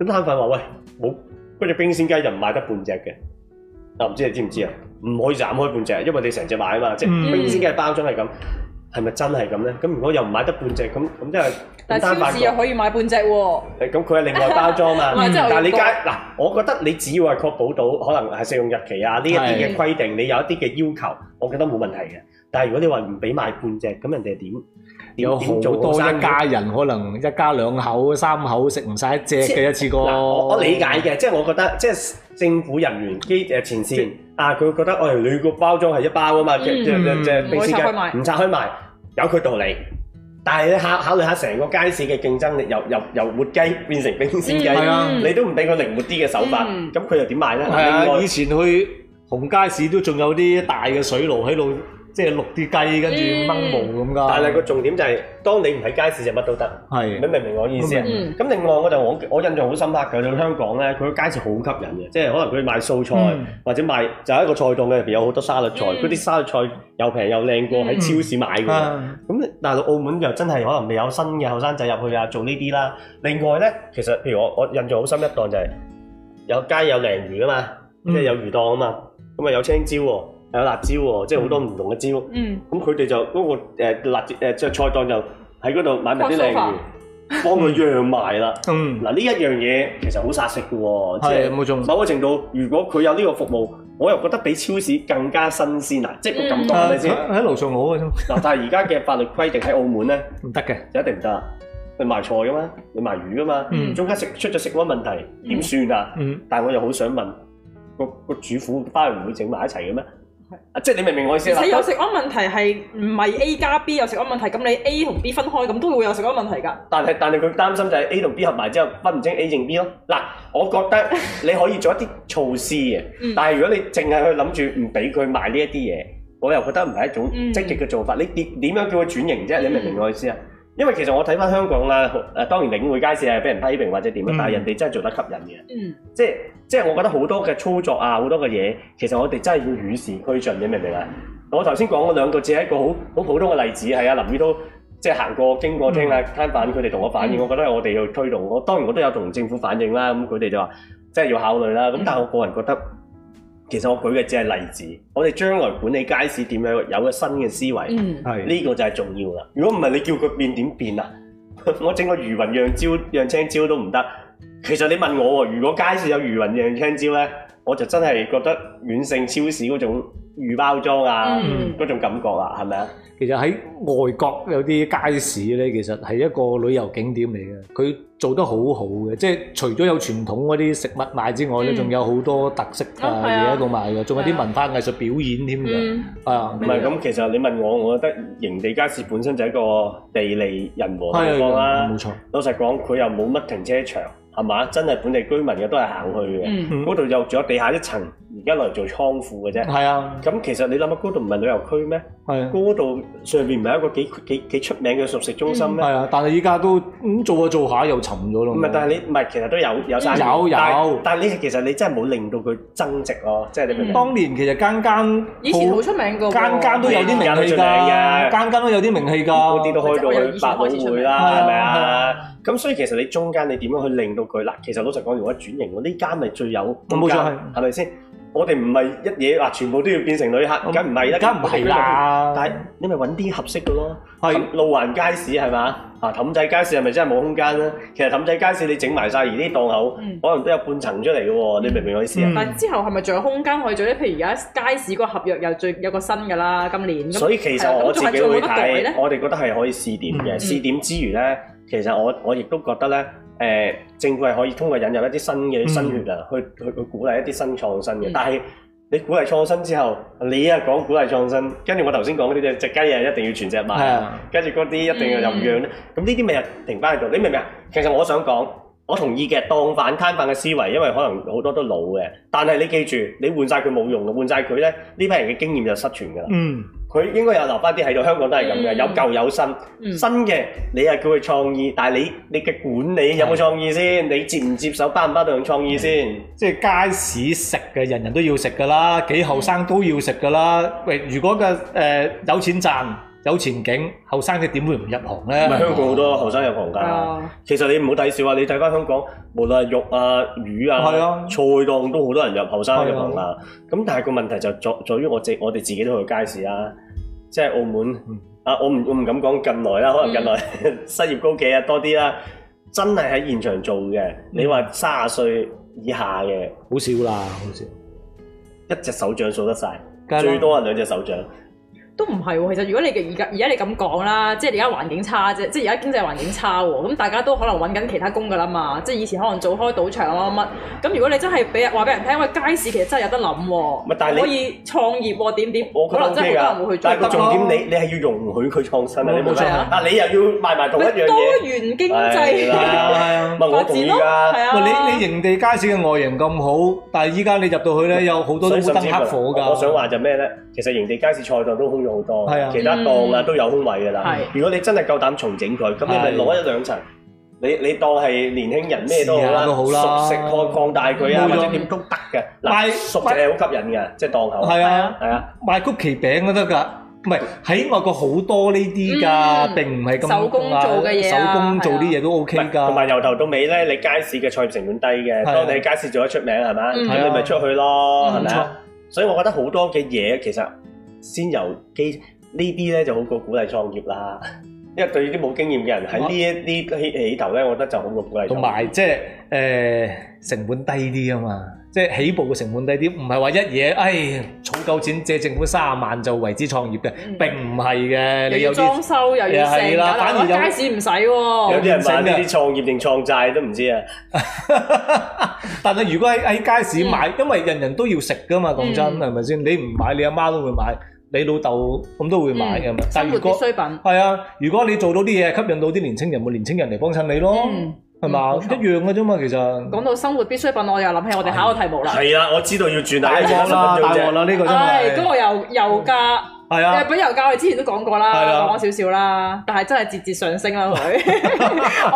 S4: 咁攤販話喂冇嗰只冰鮮雞就唔賣得半隻嘅，
S1: 嗯
S4: 啊唔知你知唔知啊？唔可以斬開半隻，因為你成隻買啊嘛，即係
S2: 嗯
S4: 冰鮮雞嘅包裝係咁，係咪真係咁咧？咁如果又唔買得半隻，咁咁即係
S1: 但
S4: 攤
S1: 係超
S4: 販
S1: 市
S4: 講
S1: 又可以買半隻喎，
S4: 誒咁佢係另外包
S1: <laughs>
S4: 裝嘛，
S1: 咪真係好
S4: 嗯但係你街
S1: 多
S4: 嗱，我覺得你只要係確保到可能係食用日期啊呢一啲
S1: 係
S4: 嘅規定，你有一啲嘅要求，我覺得冇問題嘅。但係如果你話唔俾賣半隻，咁人哋點
S2: 有
S4: 點
S2: 好
S4: 點做
S2: 多
S4: 好生
S2: 一
S4: 意
S2: 家人可能一家兩口、三口食唔晒一隻嘅一次過。
S4: <laughs> 嗱，我我理解嘅，即係我覺得即係政府人員基誒前線啊，佢會覺得哦，你個包裝係一包啊嘛，即
S1: 嗯
S4: 即即即
S1: 唔可以拆開賣
S4: 唔拆開賣，有佢道理。但係你考考慮下成個街市嘅競爭力，由由由活雞變成冰鮮雞，
S2: 嗯係啊
S4: 你都唔俾佢靈活啲嘅手法，
S1: 嗯
S4: 咁佢又點賣咧？
S2: 係
S4: 另
S2: 啊，
S4: 外
S2: 以前去紅街市都仲有啲大嘅水爐喺度，即係淥啲雞跟住
S1: 嗯
S2: 掹毛咁噶。
S4: 但係個重點就係，當你唔喺街市就乜都得，你
S2: 係
S4: 明唔明我意思啊？
S1: 嗯
S4: 咁另外我就我我印象好深刻嘅，去香港咧，佢個街市好吸引嘅，即係可能佢賣素菜、
S2: 嗯
S4: 或者賣就係一個菜檔嘅入邊有好多沙律菜，
S1: 嗯
S4: 嗰啲、沙律菜又平又靚過喺
S1: 嗯
S4: 超市買嘅喎。
S2: 啊，
S4: 咁但係澳門就真係可能未有新嘅後生仔入去啊，做呢啲啦。另外咧，其實譬如我我印象好深一檔就係、有街有鯪魚啊嘛，
S2: 嗯
S4: 即係有魚檔啊嘛，咁啊有青椒喎，有辣椒喎，即係好多唔同嘅椒。
S1: 嗯，
S4: 咁佢哋就嗰、個誒辣椒誒即係菜檔就喺嗰度買埋啲鯪魚
S1: Crossover，
S4: 幫佢釀埋啦。 <laughs>
S2: 嗯，
S4: 嗱呢一樣嘢其實好殺食嘅喎，即
S2: 係
S4: 係
S2: 冇錯。
S4: 某個程度，如果佢有呢個服務，我又覺得比超市更加新鮮啊！即係個感覺係咪先？
S2: 喺樓上攞嘅啫，
S4: 嗱，但係而家嘅法律規定喺澳門咧
S2: 唔得嘅。
S4: 就一定唔得啦。你賣菜噶嘛，你賣魚噶嘛，
S2: 嗯
S4: 中間食出咗食安問題
S1: 嗯
S4: 點算啊？
S2: 嗯，
S4: 但係我又好想問，個個主婦花園會整埋一齊嘅咩？啊，即係你明唔明我意思
S1: 而
S4: 啦？
S1: 且有食安問題係唔係 A 加 B 有食安問題，咁你 A 同 B 分開咁都會有食安問題㗎。
S4: 但係但係佢擔心就係 A 同 B 合埋之後分唔清 A 定 B 咯。嗱，我覺得你可以做一啲措施嘅，
S1: 嗯
S4: 但係如果你淨係去諗住唔俾佢買呢一啲嘢，我又覺得唔係一種
S1: 嗯
S4: 積極嘅做法。你點點樣叫佢轉型啫？你明唔明
S1: 嗯
S4: 我意思啊？因為其實我睇翻香港啦，誒當然領匯街市係俾人批評或者點啊
S2: 嗯，
S4: 但係人哋真係做得吸引嘅，
S1: 嗯，
S4: 即係即係我覺得好多嘅操作啊，好多嘅嘢，其實我哋真係要與時俱進，你明唔明啊？我頭先講嗰兩個只係一個好好普通嘅例子，係啊，林宇都即係行過經過聽啦，攤販佢哋同我反
S1: 嗯
S4: 映，我覺得我哋要推動，我當然我都有同政府反映啦，咁佢哋就話即係要考慮啦。咁
S1: 嗯
S4: 但係我個人覺得，其實我舉嘅只係例子，我哋將來管理街市點樣有個新嘅思維，呢、
S1: 嗯，
S2: 係。
S4: 個就係重要啦。如果唔係你叫佢變點變啊？ <laughs> 我整個魚雲釀椒釀青椒都唔得。其實你問我喎，如果街市有魚雲釀青椒咧，我就真係覺得遠勝超市嗰種魚包裝啊。
S1: 嗯
S4: 嗰種感覺啦，係咪啊？
S2: 其實喺外國有啲街市咧，其實係一個旅遊景點嚟嘅，佢做得好好嘅，即係除咗有傳統嗰啲食物賣之外咧，
S1: 嗯
S2: 仲、有好多特色啊
S1: 啊係啊
S2: 嘢喺度賣嘅，仲有啲文化藝術表演添嘅，
S1: 嗯，
S2: 啊
S4: 唔，係咁，其實你問我，我覺得營地街市本身就係一個地利人和嘅地
S2: 係
S4: 方
S2: 啊，
S4: 啦
S2: 冇。錯，
S4: 老實講，佢又冇乜停車場，係嘛？真係本地居民嘅都係行去嘅。
S1: 嗯，
S4: 嗰度又仲有地下一層，而家攞嚟做倉庫嘅啫。
S2: 係啊，
S4: 咁其實你諗下，嗰度唔係旅遊區咩？
S2: 係啊。
S4: 嗰度上邊唔係一個幾幾幾出名嘅熟食中心咩？
S2: 係啊，但係依家都咁做下做下又沉咗咯。
S4: 唔係，但係你唔係，其實都有有生意
S2: 有有
S4: 但係但係你其實你真係冇令到佢增
S2: Ừ.
S4: 值咯，即係你明唔明？
S2: 當年其實間間
S1: 以前好
S2: 鋪
S1: 出名㗎喎，啊
S2: 間間都有啲名
S4: 間都
S2: 氣
S4: 出
S2: 㗎，
S4: 名嘅
S2: 間間都有啲名氣㗎。
S4: 嗰啲都開到去百老匯啦，
S2: 係啊
S4: 係咪啊？咁所以其實你中間你點樣去令到佢嗱？其實老實講，如果轉型，我呢間咪最有空
S2: 冇
S4: 間
S2: 錯係
S4: 係咪先？我哋唔係一嘢話全部都要變成旅客，梗唔係啦，
S2: 梗唔係。啦，
S4: 但係你咪揾啲合適嘅咯，
S2: 係
S4: 咁路環街市係嘛？啊，氹仔街市係咪真係冇空間咧？其實氹仔街市你整埋晒，而啲檔口
S1: 嗯
S4: 可能都有半層出嚟嘅喎，你明唔明我意思啊？
S2: 嗯
S1: 但係之後係咪仲有空間可以做咧？譬如而家街市嗰個合約又最有個新㗎啦，今年咁
S4: 所以其實我自己
S1: 係啊咁仲係做
S4: 會
S1: 得到嘅
S4: 睇
S1: 咧，
S4: 我哋覺得係可以試點嘅。
S1: 嗯
S4: 試點之餘咧，其實我我亦都覺得咧，誒、政府係可以通過引入一啲新嘅
S2: 嗯
S4: 新血啊，去去去鼓勵一啲新創新嘅。
S1: 嗯
S4: 但係你鼓勵創新之後，你啊講鼓勵創新，跟住我頭先講嗰啲只雞啊，一定要全隻
S2: 係
S4: 賣，
S2: 啊，
S4: 跟住嗰啲一定要任讓咧。咁呢啲咪又停翻喺度？你明唔明啊？其實我想講。我同意嘅，當反攤販嘅思維，因為可能好多都老嘅，但係你記住，你換晒佢冇用嘅，換晒佢咧，呢批人嘅經驗就失傳㗎啦。
S2: 嗯，
S4: 佢應該有留翻啲喺度，香港都係咁嘅，
S1: 嗯
S4: 有舊有新。
S1: 嗯
S4: 新嘅你係叫佢創意，但係你你嘅管理有冇創意先？你接唔接手，包唔包到用創意先？
S2: 即係街市食嘅，人人都要食㗎啦，幾後生都要食㗎啦。喂，如果個誒有錢賺、有前景，後生嘅點會唔入行咧？
S4: 唔係香港好多後生入行㗎。
S1: 啊
S4: 其實你唔好睇少啊！你睇翻香港，無論係肉啊、魚
S2: 係
S4: 啊
S2: 啊、
S4: 菜檔都好多人入後生入行
S2: 係
S1: 啊
S4: 啦。咁但係個問題就在在於我自我哋自己都去街市啦，即係澳門
S2: 嗯
S4: 啊！我唔我唔敢講近來啦，
S1: 嗯
S4: 可能近來 <laughs> 失業高企啊多啲啦，真係喺現場做
S1: 嗯
S4: 嘅。你話三十歲以下嘅，
S2: 好少啦，好少。
S4: 一隻手掌數得晒，
S2: 梗係啦
S4: 最多係啊兩隻手掌。
S1: 都唔係喎，其實如果你嘅而家而家你咁講啦，即係你而家環境差啫，即係而家經濟環境差喎，咁大家都可能揾緊其他工㗎啦嘛，即係以前可能做開賭場啊乜，咁如果你真係俾人話俾人聽，喂街市其實真係有得諗
S4: 咪但係你
S1: 喎，可以創業喎點點，
S4: 我
S1: 可
S4: 覺得
S1: 能真
S4: OK
S1: 係好多人會
S4: 㗎
S1: 去，做
S4: 但係個
S1: 得
S4: 重
S1: 咯。
S4: 點你你係要容許佢創新啊！你明唔
S2: 冇
S1: 錯
S4: 明
S1: 啊
S4: 啊？但係你又要賣埋同一
S1: 咪
S4: 樣
S1: 多
S4: 嘢，
S1: 元經
S4: 係
S1: 濟
S2: 係
S1: <laughs>
S4: 啦
S2: 啊係啊
S4: 唔。係我
S1: 發
S4: 同
S1: 展
S4: 意
S1: 咯，係
S4: 㗎。
S1: 啊。
S2: 喂，你你營地街市嘅外形咁好，但係依家你入到去咧，有好多都
S4: 所
S2: 烏
S4: 以甚
S2: 燈
S4: 至
S2: 黑火㗎。
S4: 我想話就咩咧？其實營地街市菜檔都空咗好
S2: 係啊
S4: 多，其他檔啊
S1: 嗯
S4: 都有空位㗎啦
S1: 係。
S4: 如果你真係夠膽重整佢，咁你咪
S2: 係
S4: 攞一兩層。你你當係年輕人咩都好
S2: 試下
S4: 啦，
S2: 都好啦
S4: 熟食擴擴大佢啊，
S2: 冇
S4: 或
S2: 錯
S4: 者點都得嘅。
S2: 賣
S4: 嗱，熟食係好吸引嘅，即係檔口。
S2: 係
S1: 係
S2: 啊
S1: 啊。
S4: 係啊，
S2: 賣曲奇餅都得㗎，唔係喺外國好多呢啲㗎，
S1: 嗯
S2: 並唔係咁
S1: 手工做嘅嘢啊
S2: 手工做啲嘢都 OK 㗎。
S4: 同埋由頭到尾咧，你街市嘅菜業成本低嘅，
S2: 係啊
S4: 當你喺街市做得出名係嘛，咁
S1: 嗯
S4: 你咪出去咯，係咪
S2: 冇錯
S4: 啊？所以我覺得好多嘅嘢其實先由基呢啲咧就好過鼓勵創業啦， <laughs> 因為對於啲冇經驗嘅人喺呢一啲起起頭咧，我覺得就好過鼓勵創業。
S2: 同埋即係誒成本低啲啊嘛，即係起步嘅成本低啲，唔係話一嘢，唉，儲夠錢借政府三十萬就為之創業嘅，
S1: 嗯
S2: 並唔係嘅，你
S1: 又要
S2: 有
S1: 裝
S2: 啲
S1: 修又要
S4: 啊
S2: 係
S1: 成，
S2: 啦
S1: 但
S2: 反而
S1: 係街
S2: 有
S1: 市唔使喎。
S4: 有啲人
S2: 現
S4: 買
S2: 成
S4: 呢
S2: 嘅
S4: 啲創業定創債都唔知啊，
S2: <laughs> 但係如果喺喺街市買，因為人人都要食噶嘛，講真
S1: 嗯
S2: 係咪先？你唔買，你阿媽都會買，你老豆咁都會買嘅嘛。但
S1: 生
S2: 係
S1: 活必
S2: 如果
S1: 需品。
S2: 係啊，如果你做到啲嘢吸引到啲年青人，咪年青人嚟幫襯你
S4: 哦
S2: 咯，
S1: 嗯，
S2: 係嘛？
S1: 嗯
S2: 一
S1: 冇錯
S2: 樣嘅啫嘛，其實。
S1: 講到生活必需品，我又諗起我哋下一個題目啦。
S4: 係啦，我知道要轉啦，
S2: 大
S4: 一
S2: 鑊啦，大鑊啦，呢個真
S1: 唉，咁
S2: 係
S1: 我油油價，
S2: 係啊
S1: 日。本油價我哋之前都講過
S2: 係
S1: 啦，
S2: 啊
S1: 講咗少少啦，但係真係節節上升
S2: <laughs>
S1: 啦佢。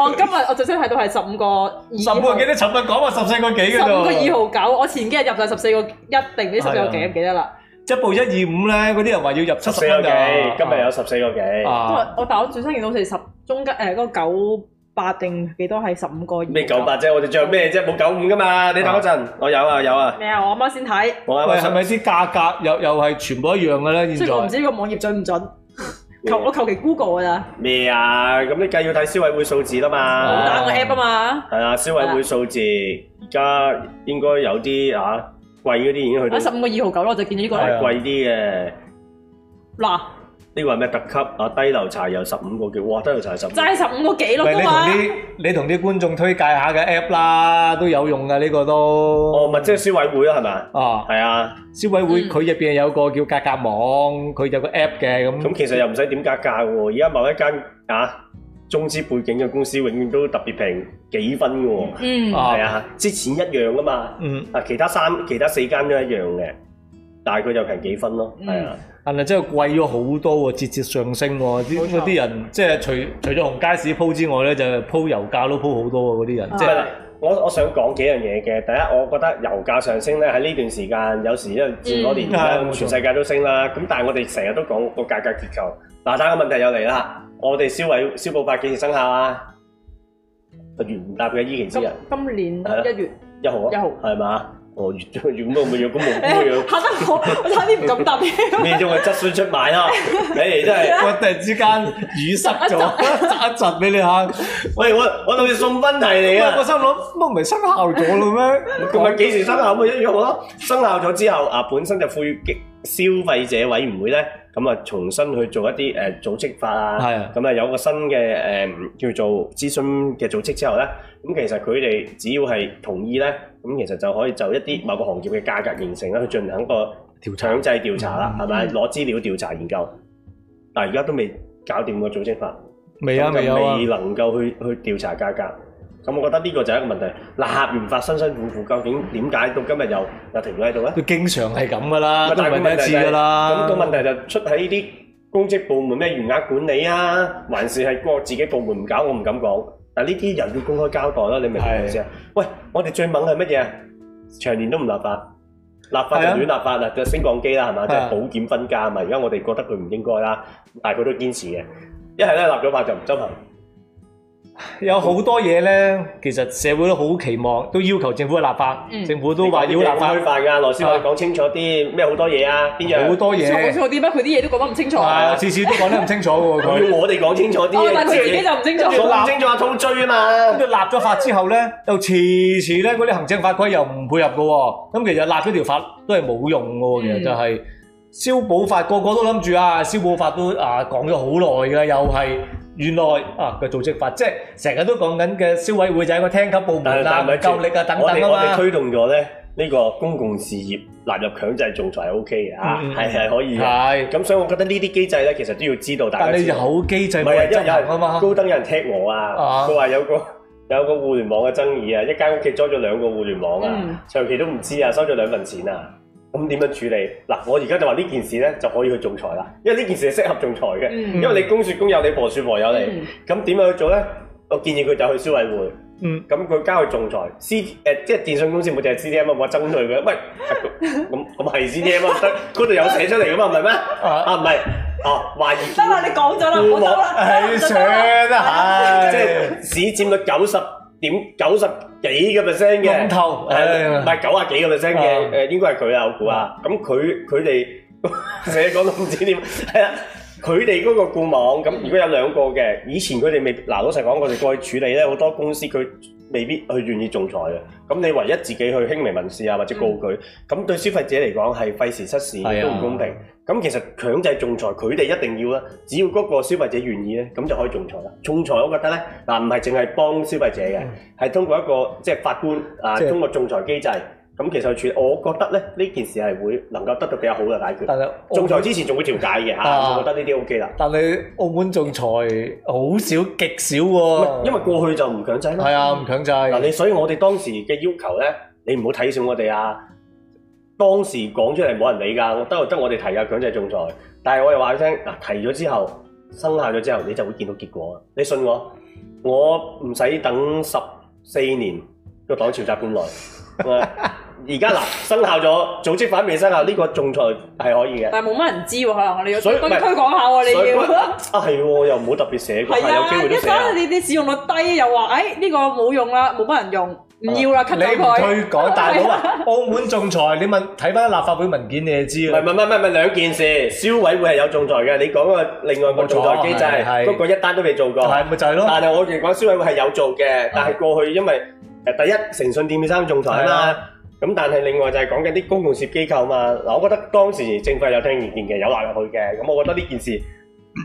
S1: 我今日我最新睇到係十五個
S2: 十
S1: 二
S2: 五個
S1: 號
S2: 幾，都尋日講話十四個幾嘅
S1: 十
S2: 啫
S1: 五個二
S2: 喎。
S1: 號九，我前幾日入晒十四個一定呢十四個幾
S2: 係啊
S1: 唔記得啦。
S2: 一步一二五咧，嗰啲人話要入七
S4: 十
S2: 十
S4: 四個
S2: 蚊
S4: 幾
S2: 㗎，。
S4: 今日有十四個幾，
S1: 不
S2: 啊，
S1: 過我但我最新見到好似十中間誒嗰個九八定幾多係十五個二。
S4: 咩九八啫？我哋着咩啫？冇九五噶嘛？你等我陣，我有啊有啊，
S1: 咩啊？我啱啱先睇，
S4: 我
S2: 喂，
S4: 啱
S2: 係
S4: 啱
S2: 咪啲價格又又係全部一樣嘅咧？
S1: 所以
S2: 現
S1: 我唔
S2: 在
S1: 知呢個網頁準唔準。求我求其 Google 㗎咋，
S4: 咩啊？咁你梗要睇消委會數字啦
S1: 好
S4: 嘛。
S1: 打個 app 啊嘛。
S4: 係啊，消委會數字而家應該有啲啊貴嗰啲已經去到
S1: 啊，十五個二號九咯，我就見到呢個
S4: 係
S1: 啦
S2: 係啊
S4: 貴啲嘅。
S1: 嗱，
S4: 呢個係咩特級啊？低流茶油十五個幾，哇！低流茶十五，
S1: 就係十五個幾咯，
S2: 喂，你
S1: 都
S2: 同
S1: 嘛。
S2: 啲你同啲觀眾推介下嘅 app 啦，都有用㗎呢個
S4: 哦，
S2: 都。
S4: 咪即係消委會啦，係咪？
S2: 啊，
S4: 係啊，
S2: 消委會
S1: 嗯
S2: 佢入邊有個叫價格網，佢有個 app 嘅
S4: 咁
S2: 咁。
S4: 其實又唔使點加價嘅喎。而家某一間啊中資背景嘅公司，永遠都特別平幾分嘅喎。
S1: 嗯，
S2: 啊
S4: 係啊，之前一樣噶嘛。
S2: 嗯，
S4: 啊，其他三、其他四間都一樣嘅，但係佢就平幾分咯。
S1: 嗯
S4: 係啊，
S2: 但係真係貴咗好多喎，節節上升喎。啲
S1: 冇錯
S2: 嗰啲人即係除除咗紅街市鋪之外咧，就鋪油價都鋪好多喎。嗰啲人即
S4: 唔係 <laughs>
S2: 係
S4: 啦，我我想講幾樣嘢嘅。第一，我覺得油價上升咧，喺呢段時間有時因為戰嗰年啦，
S2: 嗯
S4: 咁全世界都升啦。咁但係我哋成日都講個價格結構。嗱，但係個問題又嚟啦，我哋消委消保法幾時生效啊？元答嘅依期之
S1: 今
S4: 日
S1: 今年
S4: 係啦
S1: 一月
S4: 一號啊，
S1: 一號
S4: 係嘛？哦，月月咁都冇嘢，咁冇咁冇
S1: <laughs>
S4: 嘢
S1: 誒，嚇得我我差啲唔敢答添。
S4: 咩啫？我質詢出賣啦，你哋真係，
S2: 我突然之間語塞咗，窒一窒俾你下。
S4: 喂，我我好似送分題
S2: 喂
S4: 嚟
S2: 我
S4: 啊！
S2: 心諗，乜唔係生效咗啦咩？
S4: 咁啊咪幾時生效咪一樣咯？生效咗之後，啊本身就賦予激消費者委員會咧，咁啊重新去做一啲誒、呃、組織法
S2: 係啊，
S4: 啊咁啊有個新嘅誒、呃叫做諮詢嘅組織之後咧，咁其實佢哋只要係同意咧，咁其實就可以就一啲某個行業嘅價格形成咧，去進行一個
S2: 調查
S4: 強制調查啦，
S2: 嗯
S4: 係咪攞資料調查研究？但係而家都未搞掂個組織法。
S2: 未啊，
S4: 咁就
S2: 未有啊
S4: 未。能夠去去調查價格。咁我覺得呢個就係一個問題。嗱，原發辛辛苦苦，究竟點解到今日又又停咗喺度咧？
S2: 佢經常係咁噶啦，
S4: 咪
S2: 都
S4: 啊但
S2: 唔
S4: 係
S2: 係第一次噶啦。
S4: 咁啊個問題就出喺呢啲公職部門咩餘額管理啊，還是係個自己部門唔搞，我唔敢講。但呢啲人要公開交代啦，你明唔明意思啊？喂，我哋最猛係乜嘢啊？長年都唔立法，立法就
S2: 係啊
S4: 亂立法啦，就升降機啦，係嘛？即
S2: 係
S4: 係
S2: 啊
S4: 保檢分家啊嘛。而家我哋覺得佢唔應該啦，但係佢都堅持嘅。一係咧立咗法就唔執行。
S2: 有好多嘢咧，其實社會都好期望，都要求政府立法，
S1: 嗯
S2: 政府都話要立
S4: 你講啲嘢好虛
S2: 法，
S4: 泛㗎，羅斯可以講清楚啲咩好多嘢啊？邊樣
S2: 啊好多
S1: 錯
S2: 嘢，
S1: 錯啲乜？佢啲嘢都講得唔清楚。
S2: 係啊，
S1: 我
S2: 次次都講得唔清楚喎佢。
S4: 要我哋講清楚啲嘢，
S1: 哦但佢自己就唔清楚。
S4: 講唔清楚阿通追啊嘛。
S2: 立咗法之後咧，又遲遲咧嗰啲行政法規又唔配合嘅喎，咁其實立咗條法都係冇用嘅喎，其實
S1: 嗯
S2: 就係消保法個個都諗住啊，消保法都啊講咗好耐㗎，又係原來啊個組織法，即係成日都講緊嘅消委會就係一個廳級部門啦，唔
S4: 咪住
S2: 夠力啊等
S4: 我
S2: 等
S4: 哋我哋
S2: 啊嘛，
S4: 推動咗咧呢個公共事業納入強制仲裁係 O K 嘅啊，
S2: 嗯嗯
S4: 係係可以嘅。
S2: 係，
S4: 咁所以我覺得呢啲機制咧，其實都要知道大
S2: 但係
S4: 家
S2: 你
S4: 知道。
S2: 有機制冇
S4: 唔係啊，
S2: 人
S4: 因為
S2: 執行啊
S4: 有
S2: 嘛
S4: 人。高登有人踢我啊，
S2: 啊
S4: 佢話有個有個互聯網嘅爭議啊，一間屋企裝咗兩個互聯網
S1: 嗯
S4: 啊，長期都唔知啊，收咗兩份錢啊，咁點樣處理？嗱，我而家就話呢件事咧就可以去仲裁啦，因為呢件事係適合仲裁嘅，
S1: 嗯
S4: 因為你公説公有你，婆説婆有你
S1: 嗯，
S4: 咁點樣去做咧？我建議佢就去消委會。
S2: 嗯，
S4: 咁佢交去仲裁，C 誒、即係電信公司冇淨係 CDM 啊，我爭佢嘅，喂咁咁係 CDM 啊，得嗰度有寫出嚟噶嘛，唔係咩？
S2: Ờ,
S4: 啊唔係，哦懷疑
S1: 得啦，你講咗啦，唔好走啦。
S2: 係
S1: 得
S2: 想
S1: 啦
S2: 啊，
S4: 即係市佔率九十點九十幾個 percent 嘅，
S2: 龍頭唉
S4: 誒唔係九啊幾個 percent
S2: 啊
S4: 嘅，誒應該係佢啊，我估啊。咁佢佢 <laughs> 哋成日講到唔知點，係啊。佢哋嗰個固網咁，如果有兩個嘅，以前佢哋未嗱，老實講，我哋過去處理咧，好多公司佢未必去願意仲裁嘅。咁你唯一自己去輕微民事啊，或者告佢，咁對消費者嚟講係費時失事，
S2: 係啊
S4: 都唔公平。咁其實強制仲裁，佢哋一定要啦。只要嗰個消費者願意咧，咁就可以仲裁啦。仲裁我覺得咧，嗱唔係淨係幫消費者嘅，係、通過一個即係法官啊，
S2: 嗯即係
S4: 通過仲裁機制，咁其實去處理。我覺得咧呢件事係會能夠得到比較好嘅解決。
S2: 但係我
S4: 仲裁之前仲會調解嘅嚇，
S2: 哦啊
S4: 我覺得呢啲 OK 啦。
S2: 但係澳門仲裁好少，極少
S4: 喂
S2: 喎。
S4: 啊因為過去就唔強制啦。
S2: 係啊，唔強制。
S4: 嗱，你所以我哋當時嘅要求咧，你唔好睇小我哋啊！當時講出嚟冇人理㗎，我得得我哋提㗎強制仲裁，但係我又話你聽，嗱提咗之後，生效咗之後，你就會見到結果啊！你信我，我唔使等十四年個黨潮襲咁耐。啊而家嗱生效咗，組織反未生效，呢、個仲裁係可以嘅。
S1: 但係冇乜人知喎，可能你要
S4: 所以
S1: 分
S4: 唔係
S1: 區講下喎，
S4: 所
S1: 哦你
S4: 以
S1: 要
S4: 嗰。啊係喎，又唔好特別寫過，
S1: 係
S4: 係有機
S1: 啊，
S4: 會
S1: 一
S4: 都寫啊
S1: 陣你啲使用率低，又話誒呢個冇用啦，冇乜人用，唔要啦，
S2: 你
S1: 吸走
S2: 唔
S1: 佢。
S2: 推廣大
S1: <laughs>
S2: 佬啊！澳門仲裁，你問睇翻立法會文件你就知
S4: 唔係唔
S2: 啦。
S4: 係唔係唔係兩件事，消委會係有仲裁嘅。你講個另外個仲裁機制，
S2: 冇錯係係
S4: 嗰個一單都未做過。
S2: 係咪就係咯？
S4: 但係我哋講消委會係有做嘅，但係過去因為誒第一誠信店面三仲裁啊
S2: 係
S4: 嘛
S2: 啊，
S4: 咁但係另外就係講緊啲公共事業機構嘛。嗱，我覺得當時政府係有聽意見嘅，有納入去嘅。咁我覺得呢件事 <clears throat>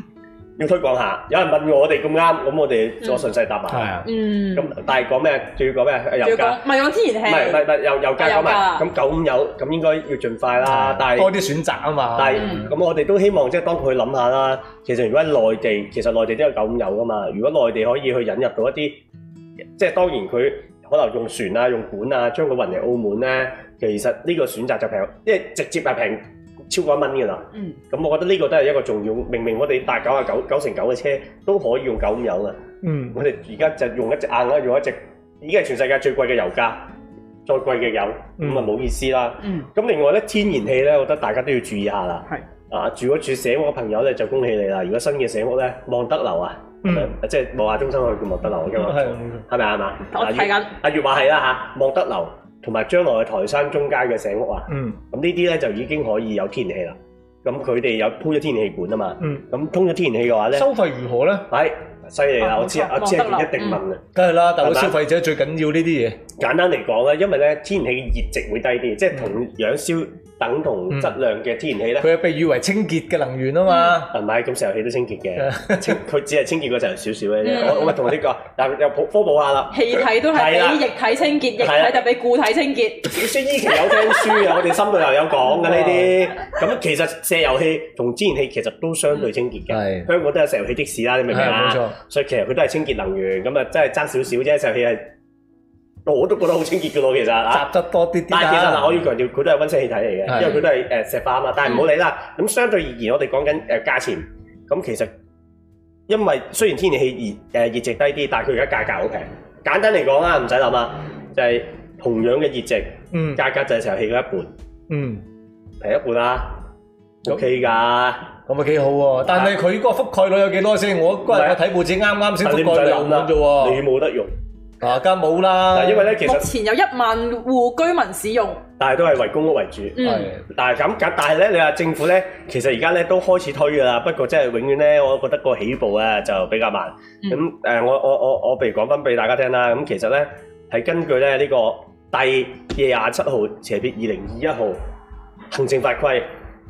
S4: 要推廣下。有人問我哋咁啱，咁我哋我順勢答
S2: 係
S4: 埋。
S2: 啊，
S1: 嗯，
S4: 咁但係講咩？仲要講咩？
S1: 仲要
S4: 油價
S1: 講。唔係講天
S4: 唔
S1: 然氣
S4: 係唔係，唔係，又油價講埋，
S1: 啊油
S4: 咁九五油咁應該要盡快啦，但係
S2: 多啲選擇啊嘛。
S4: 但係
S1: 嗯
S4: 咁，我哋都希望即係當佢諗下啦。其實如果喺內地，其實內地都有九五油噶嘛。如果內地可以去引入到一啲，即係當然佢可能用船啊、用管啊，將佢運嚟澳門咧，其實呢個選擇就平，因為直接係平超過一蚊㗎啦。
S1: 嗯，
S4: 咁我覺得呢個都係一個重要。明明我哋搭九啊九九成九嘅車都可以用九五油啊，
S2: 嗯，
S4: 啊我哋而家就用一隻硬啦，用一隻已經係全世界最貴嘅油價，再貴嘅油，
S2: 嗯
S4: 咁啊冇意思啦。
S1: 嗯，
S4: 咁另外咧，天然氣咧，我覺得大家都要注意下啦。
S1: 係
S4: 啊，住咗住社屋嘅朋友咧，就恭喜你啦！如果新嘅社屋咧，望德樓啊，係咪
S2: 嗯
S4: 即係望下中心去叫望德樓嘅嘛，係咪啊係嘛？
S1: 嗯我
S4: 啊
S1: 睇緊
S4: 阿月話係啦嚇，望德樓同埋將來嘅台山中間嘅社屋啊，
S2: 嗯
S4: 咁呢啲咧就已經可以有天然氣啦。咁佢哋有鋪咗天然氣管啊嘛，
S2: 嗯，
S4: 咁通咗天然氣嘅話咧，
S2: 收費如何咧？
S4: 係犀利啦！
S1: 哦
S4: 我知啊，
S1: 望
S4: 我
S1: 德
S4: 知
S1: 樓嗯
S4: 啊，一定問啊。
S2: 梗係啦，大佬
S4: 係嘛
S2: 消費者最緊要呢啲嘢。
S4: 簡單嚟講咧，因為咧天然氣嘅熱值會低啲，即係同
S1: 嗯
S4: 樣燒等同質量嘅天然氣咧。
S2: 佢係被譽為清潔嘅能源啊嘛。
S4: 唔係，咁石油氣都清
S2: <laughs>
S4: 潔嘅，
S2: 嗯
S4: 清佢只係清潔嗰陣少少嘅
S1: 嗯
S4: 啫。我我咪同你講，嗱又科普下啦。
S1: 氣體都
S4: 係啦
S1: 係比液體清潔，液
S4: 係啦
S1: 體就比固體清潔。
S4: 即係依期有聽書啊，我哋深度又有講嘅呢啲。
S2: <laughs>
S4: 咁其實石油氣同天然氣其實都相對清潔嘅，
S2: 係
S4: 香港都有石油氣的士啦，你明唔
S2: 嗯
S4: 明
S2: 係冇
S4: 啊？
S2: 錯。
S4: 所以其實佢都係清潔能源，咁啊真係爭少少啫。石油氣係我都覺得好清潔嘅咯，其實啊。
S2: 集得多啲啲
S4: 但係其實
S2: 啦
S4: 嗱，我要強調佢都係温室氣體嚟嘅，
S2: 係嗯
S4: 因為佢都係誒石化啊嘛。但係唔好理啦。咁相對而言，我哋講緊誒價錢，咁其實因為雖然天然氣熱誒熱值低啲，但係佢而家價格好平。簡單嚟講啦，唔使諗啊，就係同樣嘅熱值，
S2: 嗯
S4: 價格就係石油氣嗰一半，
S2: 嗯，
S4: 平一半啦
S2: 咁
S4: ，OK 㗎。
S2: 咁啊幾好喎。但係佢個覆蓋率有幾多先？我嗰日我睇報紙啱啱先
S4: 但係
S2: 覆
S4: 你唔使
S2: 蓋率
S4: 諗
S2: 咁
S4: 啦，
S2: 啫喎
S4: 啊你。冇得用。
S2: 啊，梗係冇啦。
S4: 嗱，因為咧其
S1: 目
S4: 實
S1: 前有一萬戶居民使用，
S4: 但係都係為公屋為主。
S1: 嗯，
S4: 但係咁，但係咧，你話政府咧，其實而家咧都開始推㗎啦。不過真係永遠咧，我覺得個起步啊就比較慢。
S1: 嗯
S4: 咁誒、我我我我，譬如講翻俾大家聽啦。咁其實咧係根據咧呢、呢個第廿七號斜撇二零二一號行政法規，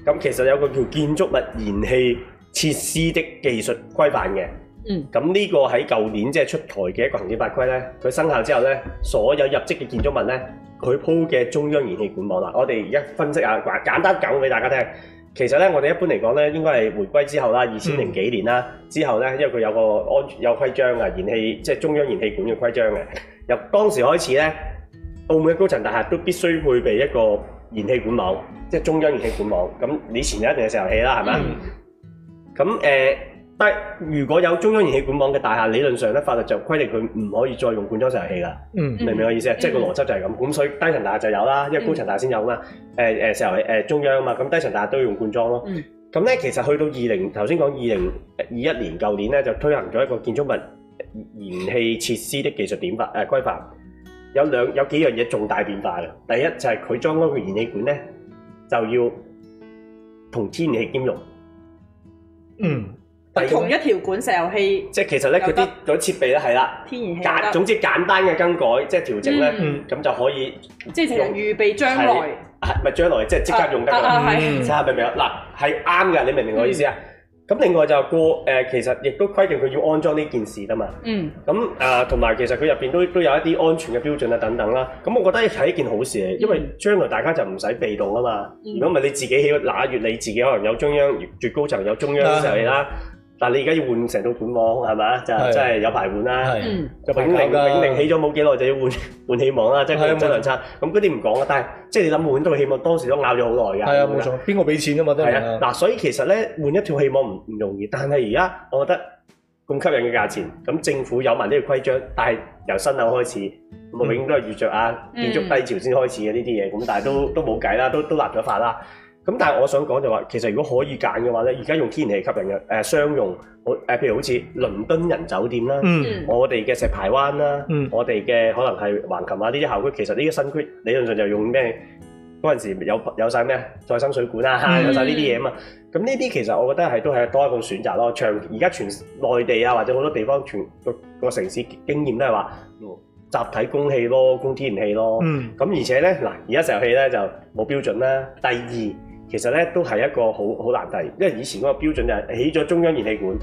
S4: 咁其實有個叫建築物燃氣設施的技術規範嘅。
S1: 嗯，
S4: 咁呢個喺舊年即係出台嘅一個行政法規咧，佢生效之後咧，所有入職嘅建築物咧，佢鋪嘅中央燃氣管網啦，我哋而家分析下，簡簡單講俾大家聽。其實咧，我哋一般嚟講咧，應該係回歸之後啦，二千零幾年啦，之後咧，因為佢有個安有規章啊，燃氣即係中央燃氣管嘅規章嘅。由當時開始咧，澳門嘅高層大廈都必須配備一個燃氣管網，即係中央燃氣管網。咁以前一定係石油氣啦，係咪？咁誒、呃但係如果有中央燃氣管網嘅大廈，理論上咧法律就規定佢唔可以再用灌裝石油氣啦。
S2: 嗯
S4: 明唔明我意思啊？即係個邏輯就係咁，咁所以低層大廈就有啦，
S1: 嗯
S4: 因為高層大廈先有嘛。誒誒石油誒中央啊嘛，咁低層大廈都要用灌裝咯
S1: 嗯。
S4: 咁咧其實去到二零頭先講二零二一年舊年咧就推行咗一個建築物呃燃氣設施的技術典範誒規範，有兩有幾樣嘢重大變化嘅。第一就係佢裝嗰個燃氣管咧就要同天然氣兼容。
S2: 嗯
S4: 第二個
S1: 同一條管石油氣、
S4: 即係其實咧佢啲嗰啲設備咧係啦，
S1: 天然氣
S4: 簡
S1: 都
S4: 總之簡單嘅更改即係調整咧，
S1: 嗯
S4: 咁就可以
S1: 得，即係成日預備將
S4: 係
S1: 來
S4: 係啊咪將來即係即刻用得㗎啦
S1: 啊？啊係
S2: 嗯
S4: 睇下明唔明啊？嗱，係啱嘅，你明唔明我意思啊？
S1: 嗯
S4: 咁另外就過誒，其實亦都規定佢要安裝呢件事㗎嘛。
S1: 嗯
S4: 咁誒，同埋其實佢入邊都都有一啲安全嘅標準啊，等等啦。咁我覺得係一件好事嚟，因為將來大家就唔使被動啊嘛。
S1: 嗯
S4: 如果唔係你自己起嗱月，你自己可能有中央最高層有中央就係啦。
S1: 嗯
S4: 但係你而家要換成套管網係嘛？就
S2: 係
S4: 真係有排換啦。
S2: 係
S1: 嗯
S4: 就永寧永寧起咗冇幾耐就要換 <laughs> 換氣網啦，即係佢
S2: 係啊
S4: 嘅質量差。咁嗰啲唔講啦，但係即係你諗換套氣網，當時都拗咗好耐㗎。
S2: 係啊，冇。錯，邊個俾錢啊嘛都
S4: 係
S2: 係
S4: 啊，
S2: 啊。
S4: 嗱，所以其實咧換一條氣網唔唔容易，但係而家我覺得咁吸引嘅價錢，咁政府有埋呢個規章，但係由新樓開始，咁啊
S2: 嗯
S4: 永遠都係遇着啊
S1: 嗯
S4: 建築低潮先開始嘅呢啲嘢，咁但係都都冇計啦，都都立咗法啦。咁但係我想講就話，其實如果可以揀嘅話咧，而家用天然氣吸引嘅誒商用，好誒譬如好似倫敦人酒店啦。
S2: 嗯
S1: 嗯
S4: 我哋嘅石排灣啦，
S2: 嗯
S4: 我哋嘅可能係橫琴啊呢啲校區，其實呢啲新區理論上就用咩？嗰陣時有有晒咩再生水管啊，
S2: 嗯
S4: 有晒呢啲嘢啊嘛。咁呢啲其實我覺得係都係多一個選擇咯。長而家全內地啊，或者好多地方全個個城市經驗都係話嗯集體供氣咯，供天然氣咯。
S2: 嗯
S4: 咁而且咧，嗱，而家石油氣咧就冇標準啦。第二，其實咧都係一個好好難題，因為以前嗰個標準就係起咗中央燃氣管，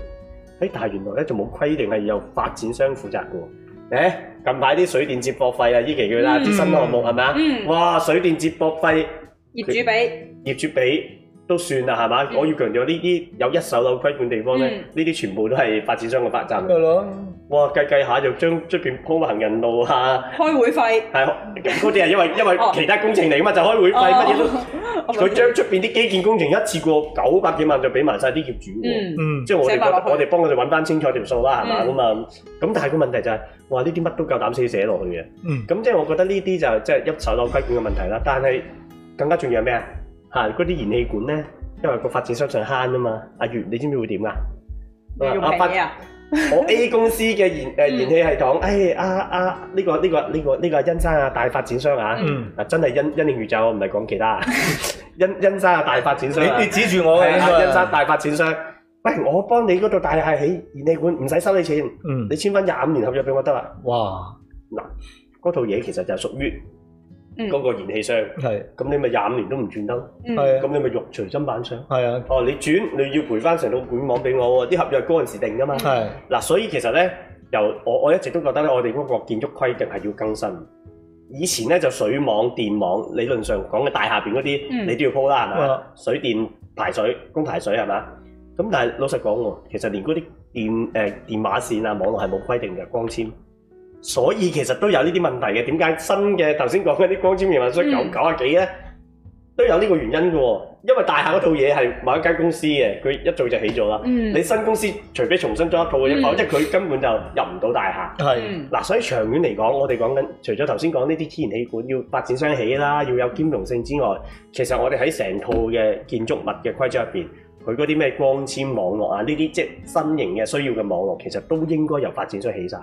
S4: 誒，但係原來咧就冇規定係由發展商負責嘅喎。誒，近排啲水電接駁費啊，依期佢啦，
S1: 嗯
S4: 啲新項目係咪啊？
S1: 嗯，
S4: 哇，水電接駁費
S1: 業主俾
S4: 業主俾都算啦，係嘛？
S1: 嗯
S4: 我要強調呢啲有一手樓規管地方咧，
S1: 嗯
S4: 呢啲全部都係發展商嘅發站。
S2: 係咯，
S4: 哇，計計下就將出邊鋪行人路啊，
S1: 開會費，
S4: 係嗰啲係因為因為
S1: 哦
S4: 其他工程嚟噶嘛，就開會費乜嘢都，
S1: 哦
S4: 佢將出邊啲基建工程一次過九百幾萬就俾埋晒啲業主喎。
S1: 嗯
S2: 嗯，
S4: 即係我哋覺
S1: 寫埋落
S4: 得
S1: 去
S4: 我哋幫佢哋揾翻清楚條數啦，係嘛
S1: 嗯
S4: 咁啊？咁但係個問題就係、哇呢啲乜都夠膽死寫落去嘅。
S2: 嗯
S4: 咁即係我覺得呢啲就係即係一手樓規管嘅問題啦。但係更加重要係咩啊？嚇嗰啲燃氣管咧，因為個發展商想慳啊嘛。阿月，你知唔知會點啊？
S1: 要用
S4: 啊
S1: 平
S4: 發
S1: 嘢啊，
S4: 我 A 公司嘅燃誒
S1: 嗯
S4: 燃氣系統，誒啊啊呢個呢個呢個呢個係欣山啊大發展商啊，
S2: 嗯，
S4: 啊真係欣欣定宇宙，我唔係講其他啊，欣欣山啊大發展商啊
S2: 你你指住我嘅
S4: 係啊，欣
S2: 應
S4: 山
S2: 該，
S4: 大發展商，喂，我幫你嗰度大廈起燃氣管，唔使收你錢，
S2: 嗯
S4: 你，簽翻廿五年合約俾我得啦。
S2: 哇，
S4: 嗰套嘢其實就係屬於
S1: 嗯
S4: 嗰個燃氣商，
S2: 係
S4: 咁你咪廿五年都唔轉得，
S1: 嗯
S2: 係
S4: 咁
S2: 啊
S4: 你咪肉隨砧板上。
S2: 係啊
S4: 哦，你轉你要賠翻成套管網俾我喎，啲合約嗰陣時定噶嘛。
S2: 係，
S4: 嗱，所以其實咧，由我我一直都覺得咧，我哋嗰個建築規定係要更新。以前咧就水網、電網，理論上講嘅大廈邊嗰啲，
S1: 嗯
S4: 你都要鋪啦，係嘛
S2: 啊？
S4: 水電排水、供排水係嘛？咁但係老實講喎，其實連嗰啲電誒、呃、電話線啊、網絡係冇規定嘅光纖，所以其實都有呢啲問題嘅。點解新嘅頭先講嗰啲光纖營運商
S1: 嗯
S4: 九九啊幾咧，都有呢個原因嘅喎？因為大廈嗰套嘢係某一間公司嘅，佢一早就起咗啦。
S1: 嗯
S4: 你新公司除非重新裝一套嘅啫，
S1: 嗯
S4: 否則佢根本就入唔到大廈。
S2: 係，
S1: 嗯
S4: 嗱，所以長遠嚟講，我哋講緊除咗頭先講呢啲天然氣管要發展商起啦，要有兼容性之外，其實我哋喺成套嘅建築物嘅規則入邊，佢嗰啲咩光纖網絡啊，呢啲即係新型嘅需要嘅網絡，其實都應該由發展商起晒。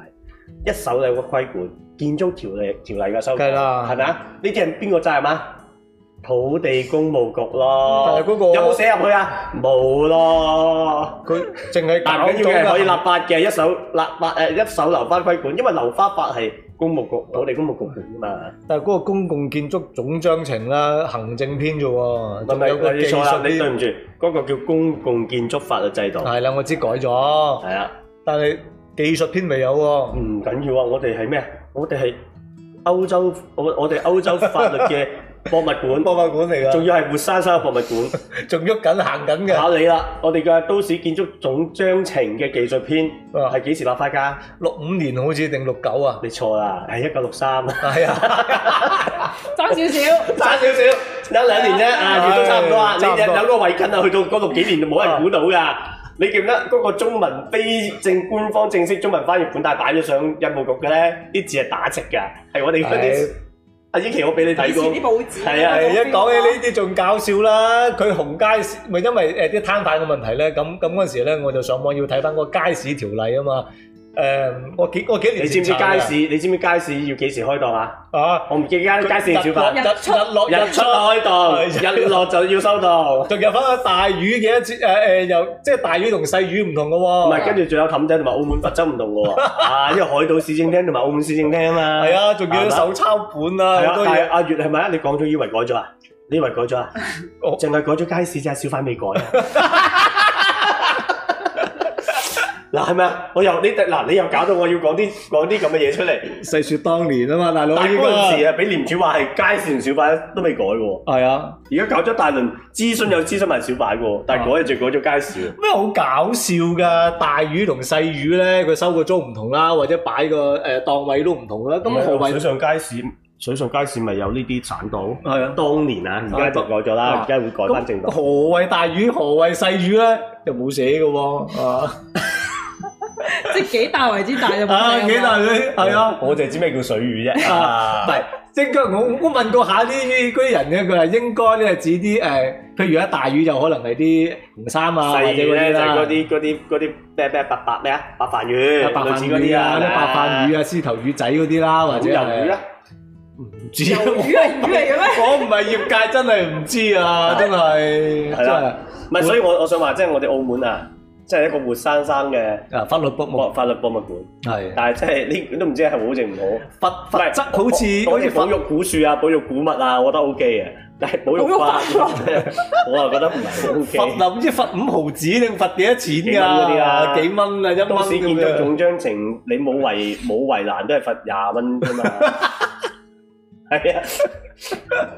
S4: 一手有個規管，建築條例條例嘅修
S2: 梗係
S4: 改，
S2: 啦
S4: 係咪啊？呢啲係邊個責任啊？土地公務局咯，
S2: 但係嗰個
S4: 有冇寫入去啊？冇咯。
S2: 佢淨係
S4: 但
S2: 搞
S4: 唔緊要
S2: 咗
S4: 嘅，
S2: 啦
S4: 可以立法嘅，一手立法誒一手留翻規管，因為留花法係公務局，我哋公務局管㗎嘛。
S2: 但係嗰個公共建築總章程啦，行政篇啫喎，
S4: 唔
S2: 仲有個
S4: 係，你
S2: 技
S4: 錯啦，
S2: 術
S4: 你對
S2: 篇。
S4: 唔住，嗰個叫公共建築法律制度，
S2: 係啦，我知改咗，
S4: 係啊，
S2: 但係技術篇未有喎。
S4: 唔緊要啊，我哋係咩？我哋係歐洲，我我哋歐洲法律嘅博物館，
S2: 博物館嚟
S4: 仲
S2: 㗎，
S4: 要係活生生嘅博物館，
S2: 仲喐緊行緊嘅，
S4: 考你啦！我哋嘅都市建築總章程嘅技術篇
S2: 啊
S4: 係幾時立法㗎？
S2: 六五年好似定六
S4: <laughs>
S2: 九啊？
S4: 你錯啦，係一九六三。
S2: 係啊，
S1: 爭少少，
S4: 差少少，有兩年啫，啊，亦都差唔多啊。
S2: 唉
S4: 你
S2: 差唔多
S4: 有個圍巾啊，去到嗰六幾年就冇人估到㗎。你記唔記得嗰個中文非正官方正式中文翻譯本，但係擺咗上印務局嘅咧，啲字係打直㗎，係我哋嗰
S2: 係
S4: 啲。阿英琪，我俾你睇
S1: 以前啲
S4: 過，
S1: 報紙
S4: 係啊
S2: 係一講起呢啲仲搞笑啦！佢紅街市咪因為誒啲攤販嘅問題咧，咁咁嗰陣時咧，我就上網要睇翻個街市條例啊嘛。誒，我幾我幾年
S4: 你
S2: 前
S4: 知唔知
S2: 查
S4: 街
S2: 㗎
S4: 市？你知唔知街市要幾時開檔啊？
S2: 啊？
S4: 我唔記得街市小販
S2: 日出日落
S4: 日
S2: 日出。
S4: 出開檔，日落就要收檔。
S2: 仲有翻個大魚嘅一節誒誒，又即係大魚同細魚唔同嘅喎。
S4: 唔係，跟住仲有氹仔同埋澳門佛州唔同嘅喎，啊，因為海島市政廳同埋澳門市政廳啊嘛。
S2: 係啊，仲要手抄本啊，
S4: 係
S2: 好
S4: 啊，
S2: 多
S4: 但係
S2: 嘢。
S4: 阿月係咪啊？你講咗以為改咗啊？你以為改
S2: <laughs>
S4: 咗啊？
S2: 我
S4: 淨係改咗街市啫，小販未改啊。 <laughs> 嗱係咪啊？我又你嗱你又搞到我要講啲講啲咁嘅嘢出嚟。
S2: 細説當年啊嘛，大佬
S4: 但係
S2: 依
S4: 嗰陣時
S2: 家
S4: 啊，俾廉署話係街市同小販都未改喎。
S2: 係啊，
S4: 而家搞咗大輪諮詢又諮詢埋小販嘅喎，但係改就改咗街市喎。
S2: 咩好搞笑㗎？大魚同細魚咧，佢收個租唔同啦，或者擺個誒檔位都唔同啦。咁何謂
S4: 啊上街市？水上街市咪有呢啲散檔？
S2: 係啊？
S4: 當年啊，而家就改咗啦，而家會改翻正
S2: 咁
S4: 檔。
S2: 何謂大魚，何謂細魚咧？又冇寫嘅喎，啊
S1: 即係幾大為之大就冇
S2: 啊
S1: 寫
S2: 幾
S1: 啊嘛
S2: 大魚係啊！
S4: 我就係知咩叫水魚啫。
S2: 啊，唔係，即係我我問過下呢啲嗰啲人咧，佢係應該咧指啲誒，譬如一大魚就可能係啲紅衫啊，或
S4: 細
S2: 者嗰
S4: 魚
S2: 啲
S4: 咧就係嗰
S2: 啦，
S4: 啲嗰啲嗰啲咩咩白白咩啊白飯魚，
S2: 白
S4: 類
S2: 飯
S4: 似嗰
S2: 魚
S4: 啲
S2: 啊、啲白飯魚啊、獅頭魚仔嗰啲啦，或
S4: 或
S2: 者
S4: 者魷魚啊
S2: 係
S4: 咧，
S2: 唔知
S1: 魷
S4: <laughs>
S2: 啊，
S1: 魚係魚嚟嘅咩？
S2: 我唔係業界，真係唔知啊，真係
S4: 係
S2: 真係
S4: 啦唔係，所以我我想話，即係我哋澳門啊，即係一個活生生嘅
S2: 啊法律博物
S4: 博法律博物館，
S2: 係
S4: 哦但係即係呢都唔知係好定唔好。
S2: 法
S4: 唔
S2: 法
S4: 係
S2: 則好似
S4: 我
S2: 好
S4: 我
S2: 似
S4: 哋保
S2: 法
S4: 育古樹啊，保育古物啊，我覺得 O K 嘅，但係保育法
S1: 保育法，
S4: <laughs> 我又覺得唔係
S2: 法
S4: O K。
S2: 啊嗱，唔知罰五毫子定罰幾多
S4: 幾蚊
S2: 錢
S4: 嗰啲啊
S2: 㗎？幾蚊啊？一
S4: 都市
S2: 蚊
S4: 建築
S2: 咁樣。<laughs>
S4: <laughs> 總章程，你冇圍冇圍欄都係罰廿蚊啫嘛。係啊，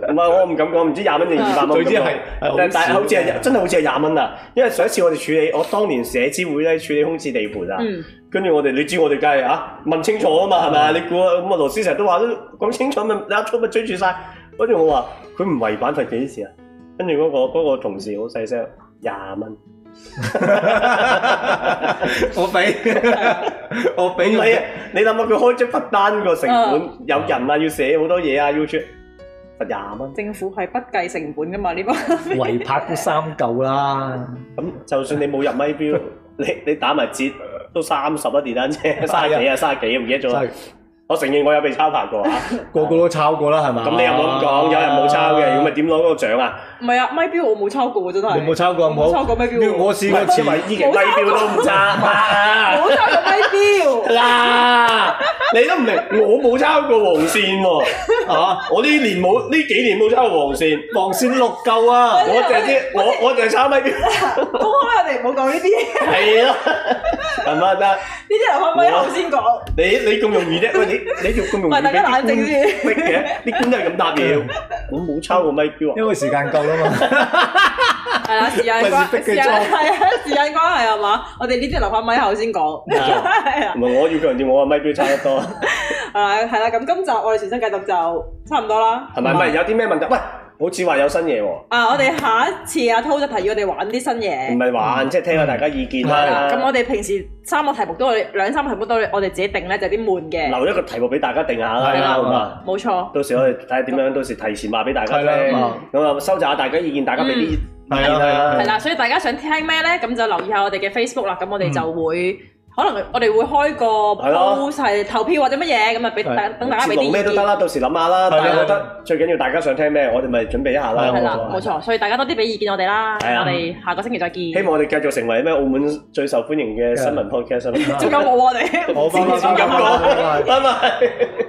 S4: 唔係我唔敢講，唔知廿蚊定二百蚊。
S2: 最知係係好
S4: 但但係
S2: 少
S4: 好似
S2: 嘅
S4: 係真係好似係廿蚊啊！因為上一次我哋處理，我當年社資會咧處理空置地盤啊，
S1: 嗯，
S4: 跟住我哋你知我哋梗係啊問清楚啊嘛，係咪啊？你估啊咁啊？啊羅斯成日都話都講清楚咪一粗咪追住晒。跟住我話佢唔違反罰幾時啊？跟住嗰個嗰個同事好細聲，廿蚊。
S5: 我俾我俾
S4: 唔
S5: 你
S4: 係啊！你諗下佢開張罰單個成本
S1: 啊，
S4: 有人啊要寫好多嘢啊，要出罰廿蚊。
S1: 政府係不計成本噶嘛呢個。
S2: 圍拍都三嚿啦，
S4: 咁就算你冇入咪標，你你打埋折都三十啦，電單車三十幾啊，三十幾啊唔記得
S2: 真
S4: 咗啦
S2: 係。
S4: 我承認我有被抄牌過啊，
S2: 個個都抄過啦，係嘛？
S4: 咁你又冇咁講，有人冇抄嘅，咁咪點攞嗰個獎啊？
S1: 唔係啊，咪標我冇抄過喎真係。
S2: 你冇抄過冇
S1: 冇抄過咪標喎。
S2: 我試過
S4: 因為
S2: 前
S4: 依期咪標都唔差啊！
S1: 冇抄過咪 <laughs> 標。
S4: 嗱，
S2: à,
S4: 你都唔明，我冇抄過黃線喎，啊！我呢年冇呢幾年冇抄過黃線，
S2: 黃線六嚿啊！
S4: 我就係知我我就係抄咪標，
S1: 公開我哋唔好講呢啲，呢
S4: 係咯，係咪得？
S1: 啲留翻咪後先講。
S4: 你你咁容易啫？喂，你你仲咁容易
S1: 喂
S4: 俾
S1: 大家
S4: 啲
S1: 冷靜先
S4: 官逼嘅？啲官都係咁答嘢。我冇抄過咪錶啊！
S2: 因為時間夠啦嘛，
S1: 係啊啦，時間
S2: 費事
S1: 關
S2: 逼佢
S1: 時間
S2: 裝
S1: 係啊，時間關係係嘛？我哋呢啲留翻咪後先講。係啊
S4: 唔係我要強調，我話咪錶抄得多，
S1: <laughs>
S4: 係
S1: 係啦，係啦。咁今集我哋全新解讀就差唔多啦，
S4: 咪？唔係有啲咩問題？喂，好似話有新嘢喎，
S1: 啊！我哋下一次阿滔就提議我哋玩啲新
S4: 唔
S1: 嘢。
S4: 係玩，即係聽下大家意見
S1: 係啦
S4: 啦。
S1: 咁我哋平時三個題目都係兩三個題目都係我哋自己定咧，就有啲悶嘅。
S4: 留一個題目俾大家定下啦，
S2: 係啦
S4: 好嘛？
S1: 冇錯，
S4: 到時我哋睇下點樣，到時提前話俾大家聽。
S2: 係啦
S1: 嗯
S4: 咁啊，收集下大家意見，大家俾啲意見
S2: 嗯係啦
S1: 係啦。所以大家想聽咩咧，咁就留意下我哋嘅 Facebook 啦。咁我哋就會可能我哋會開個
S4: 嗯係咯
S1: post 係投票或者乜嘢，咁啊俾大
S2: 係
S1: 等大家俾啲
S4: 節目咩
S1: 意
S4: 都
S1: 見
S4: 得。啦，到時諗下
S2: 係啦
S4: 啦。但係我覺得最緊要大家想聽咩，我哋咪準備一下啦。
S2: 係
S1: 係啦，
S4: 好嘛
S1: 冇錯，所以大家多啲俾意見我哋啦，
S4: 啊係啊
S1: 我哋下個星期再見。
S4: 希望我哋繼續成為咩澳門最受歡迎嘅新聞 podcast 啊！ <laughs>
S1: 仲有冇我哋？
S2: 我翻
S4: 唔
S2: 返
S4: 敢
S2: 香港啦
S4: 講，拜拜。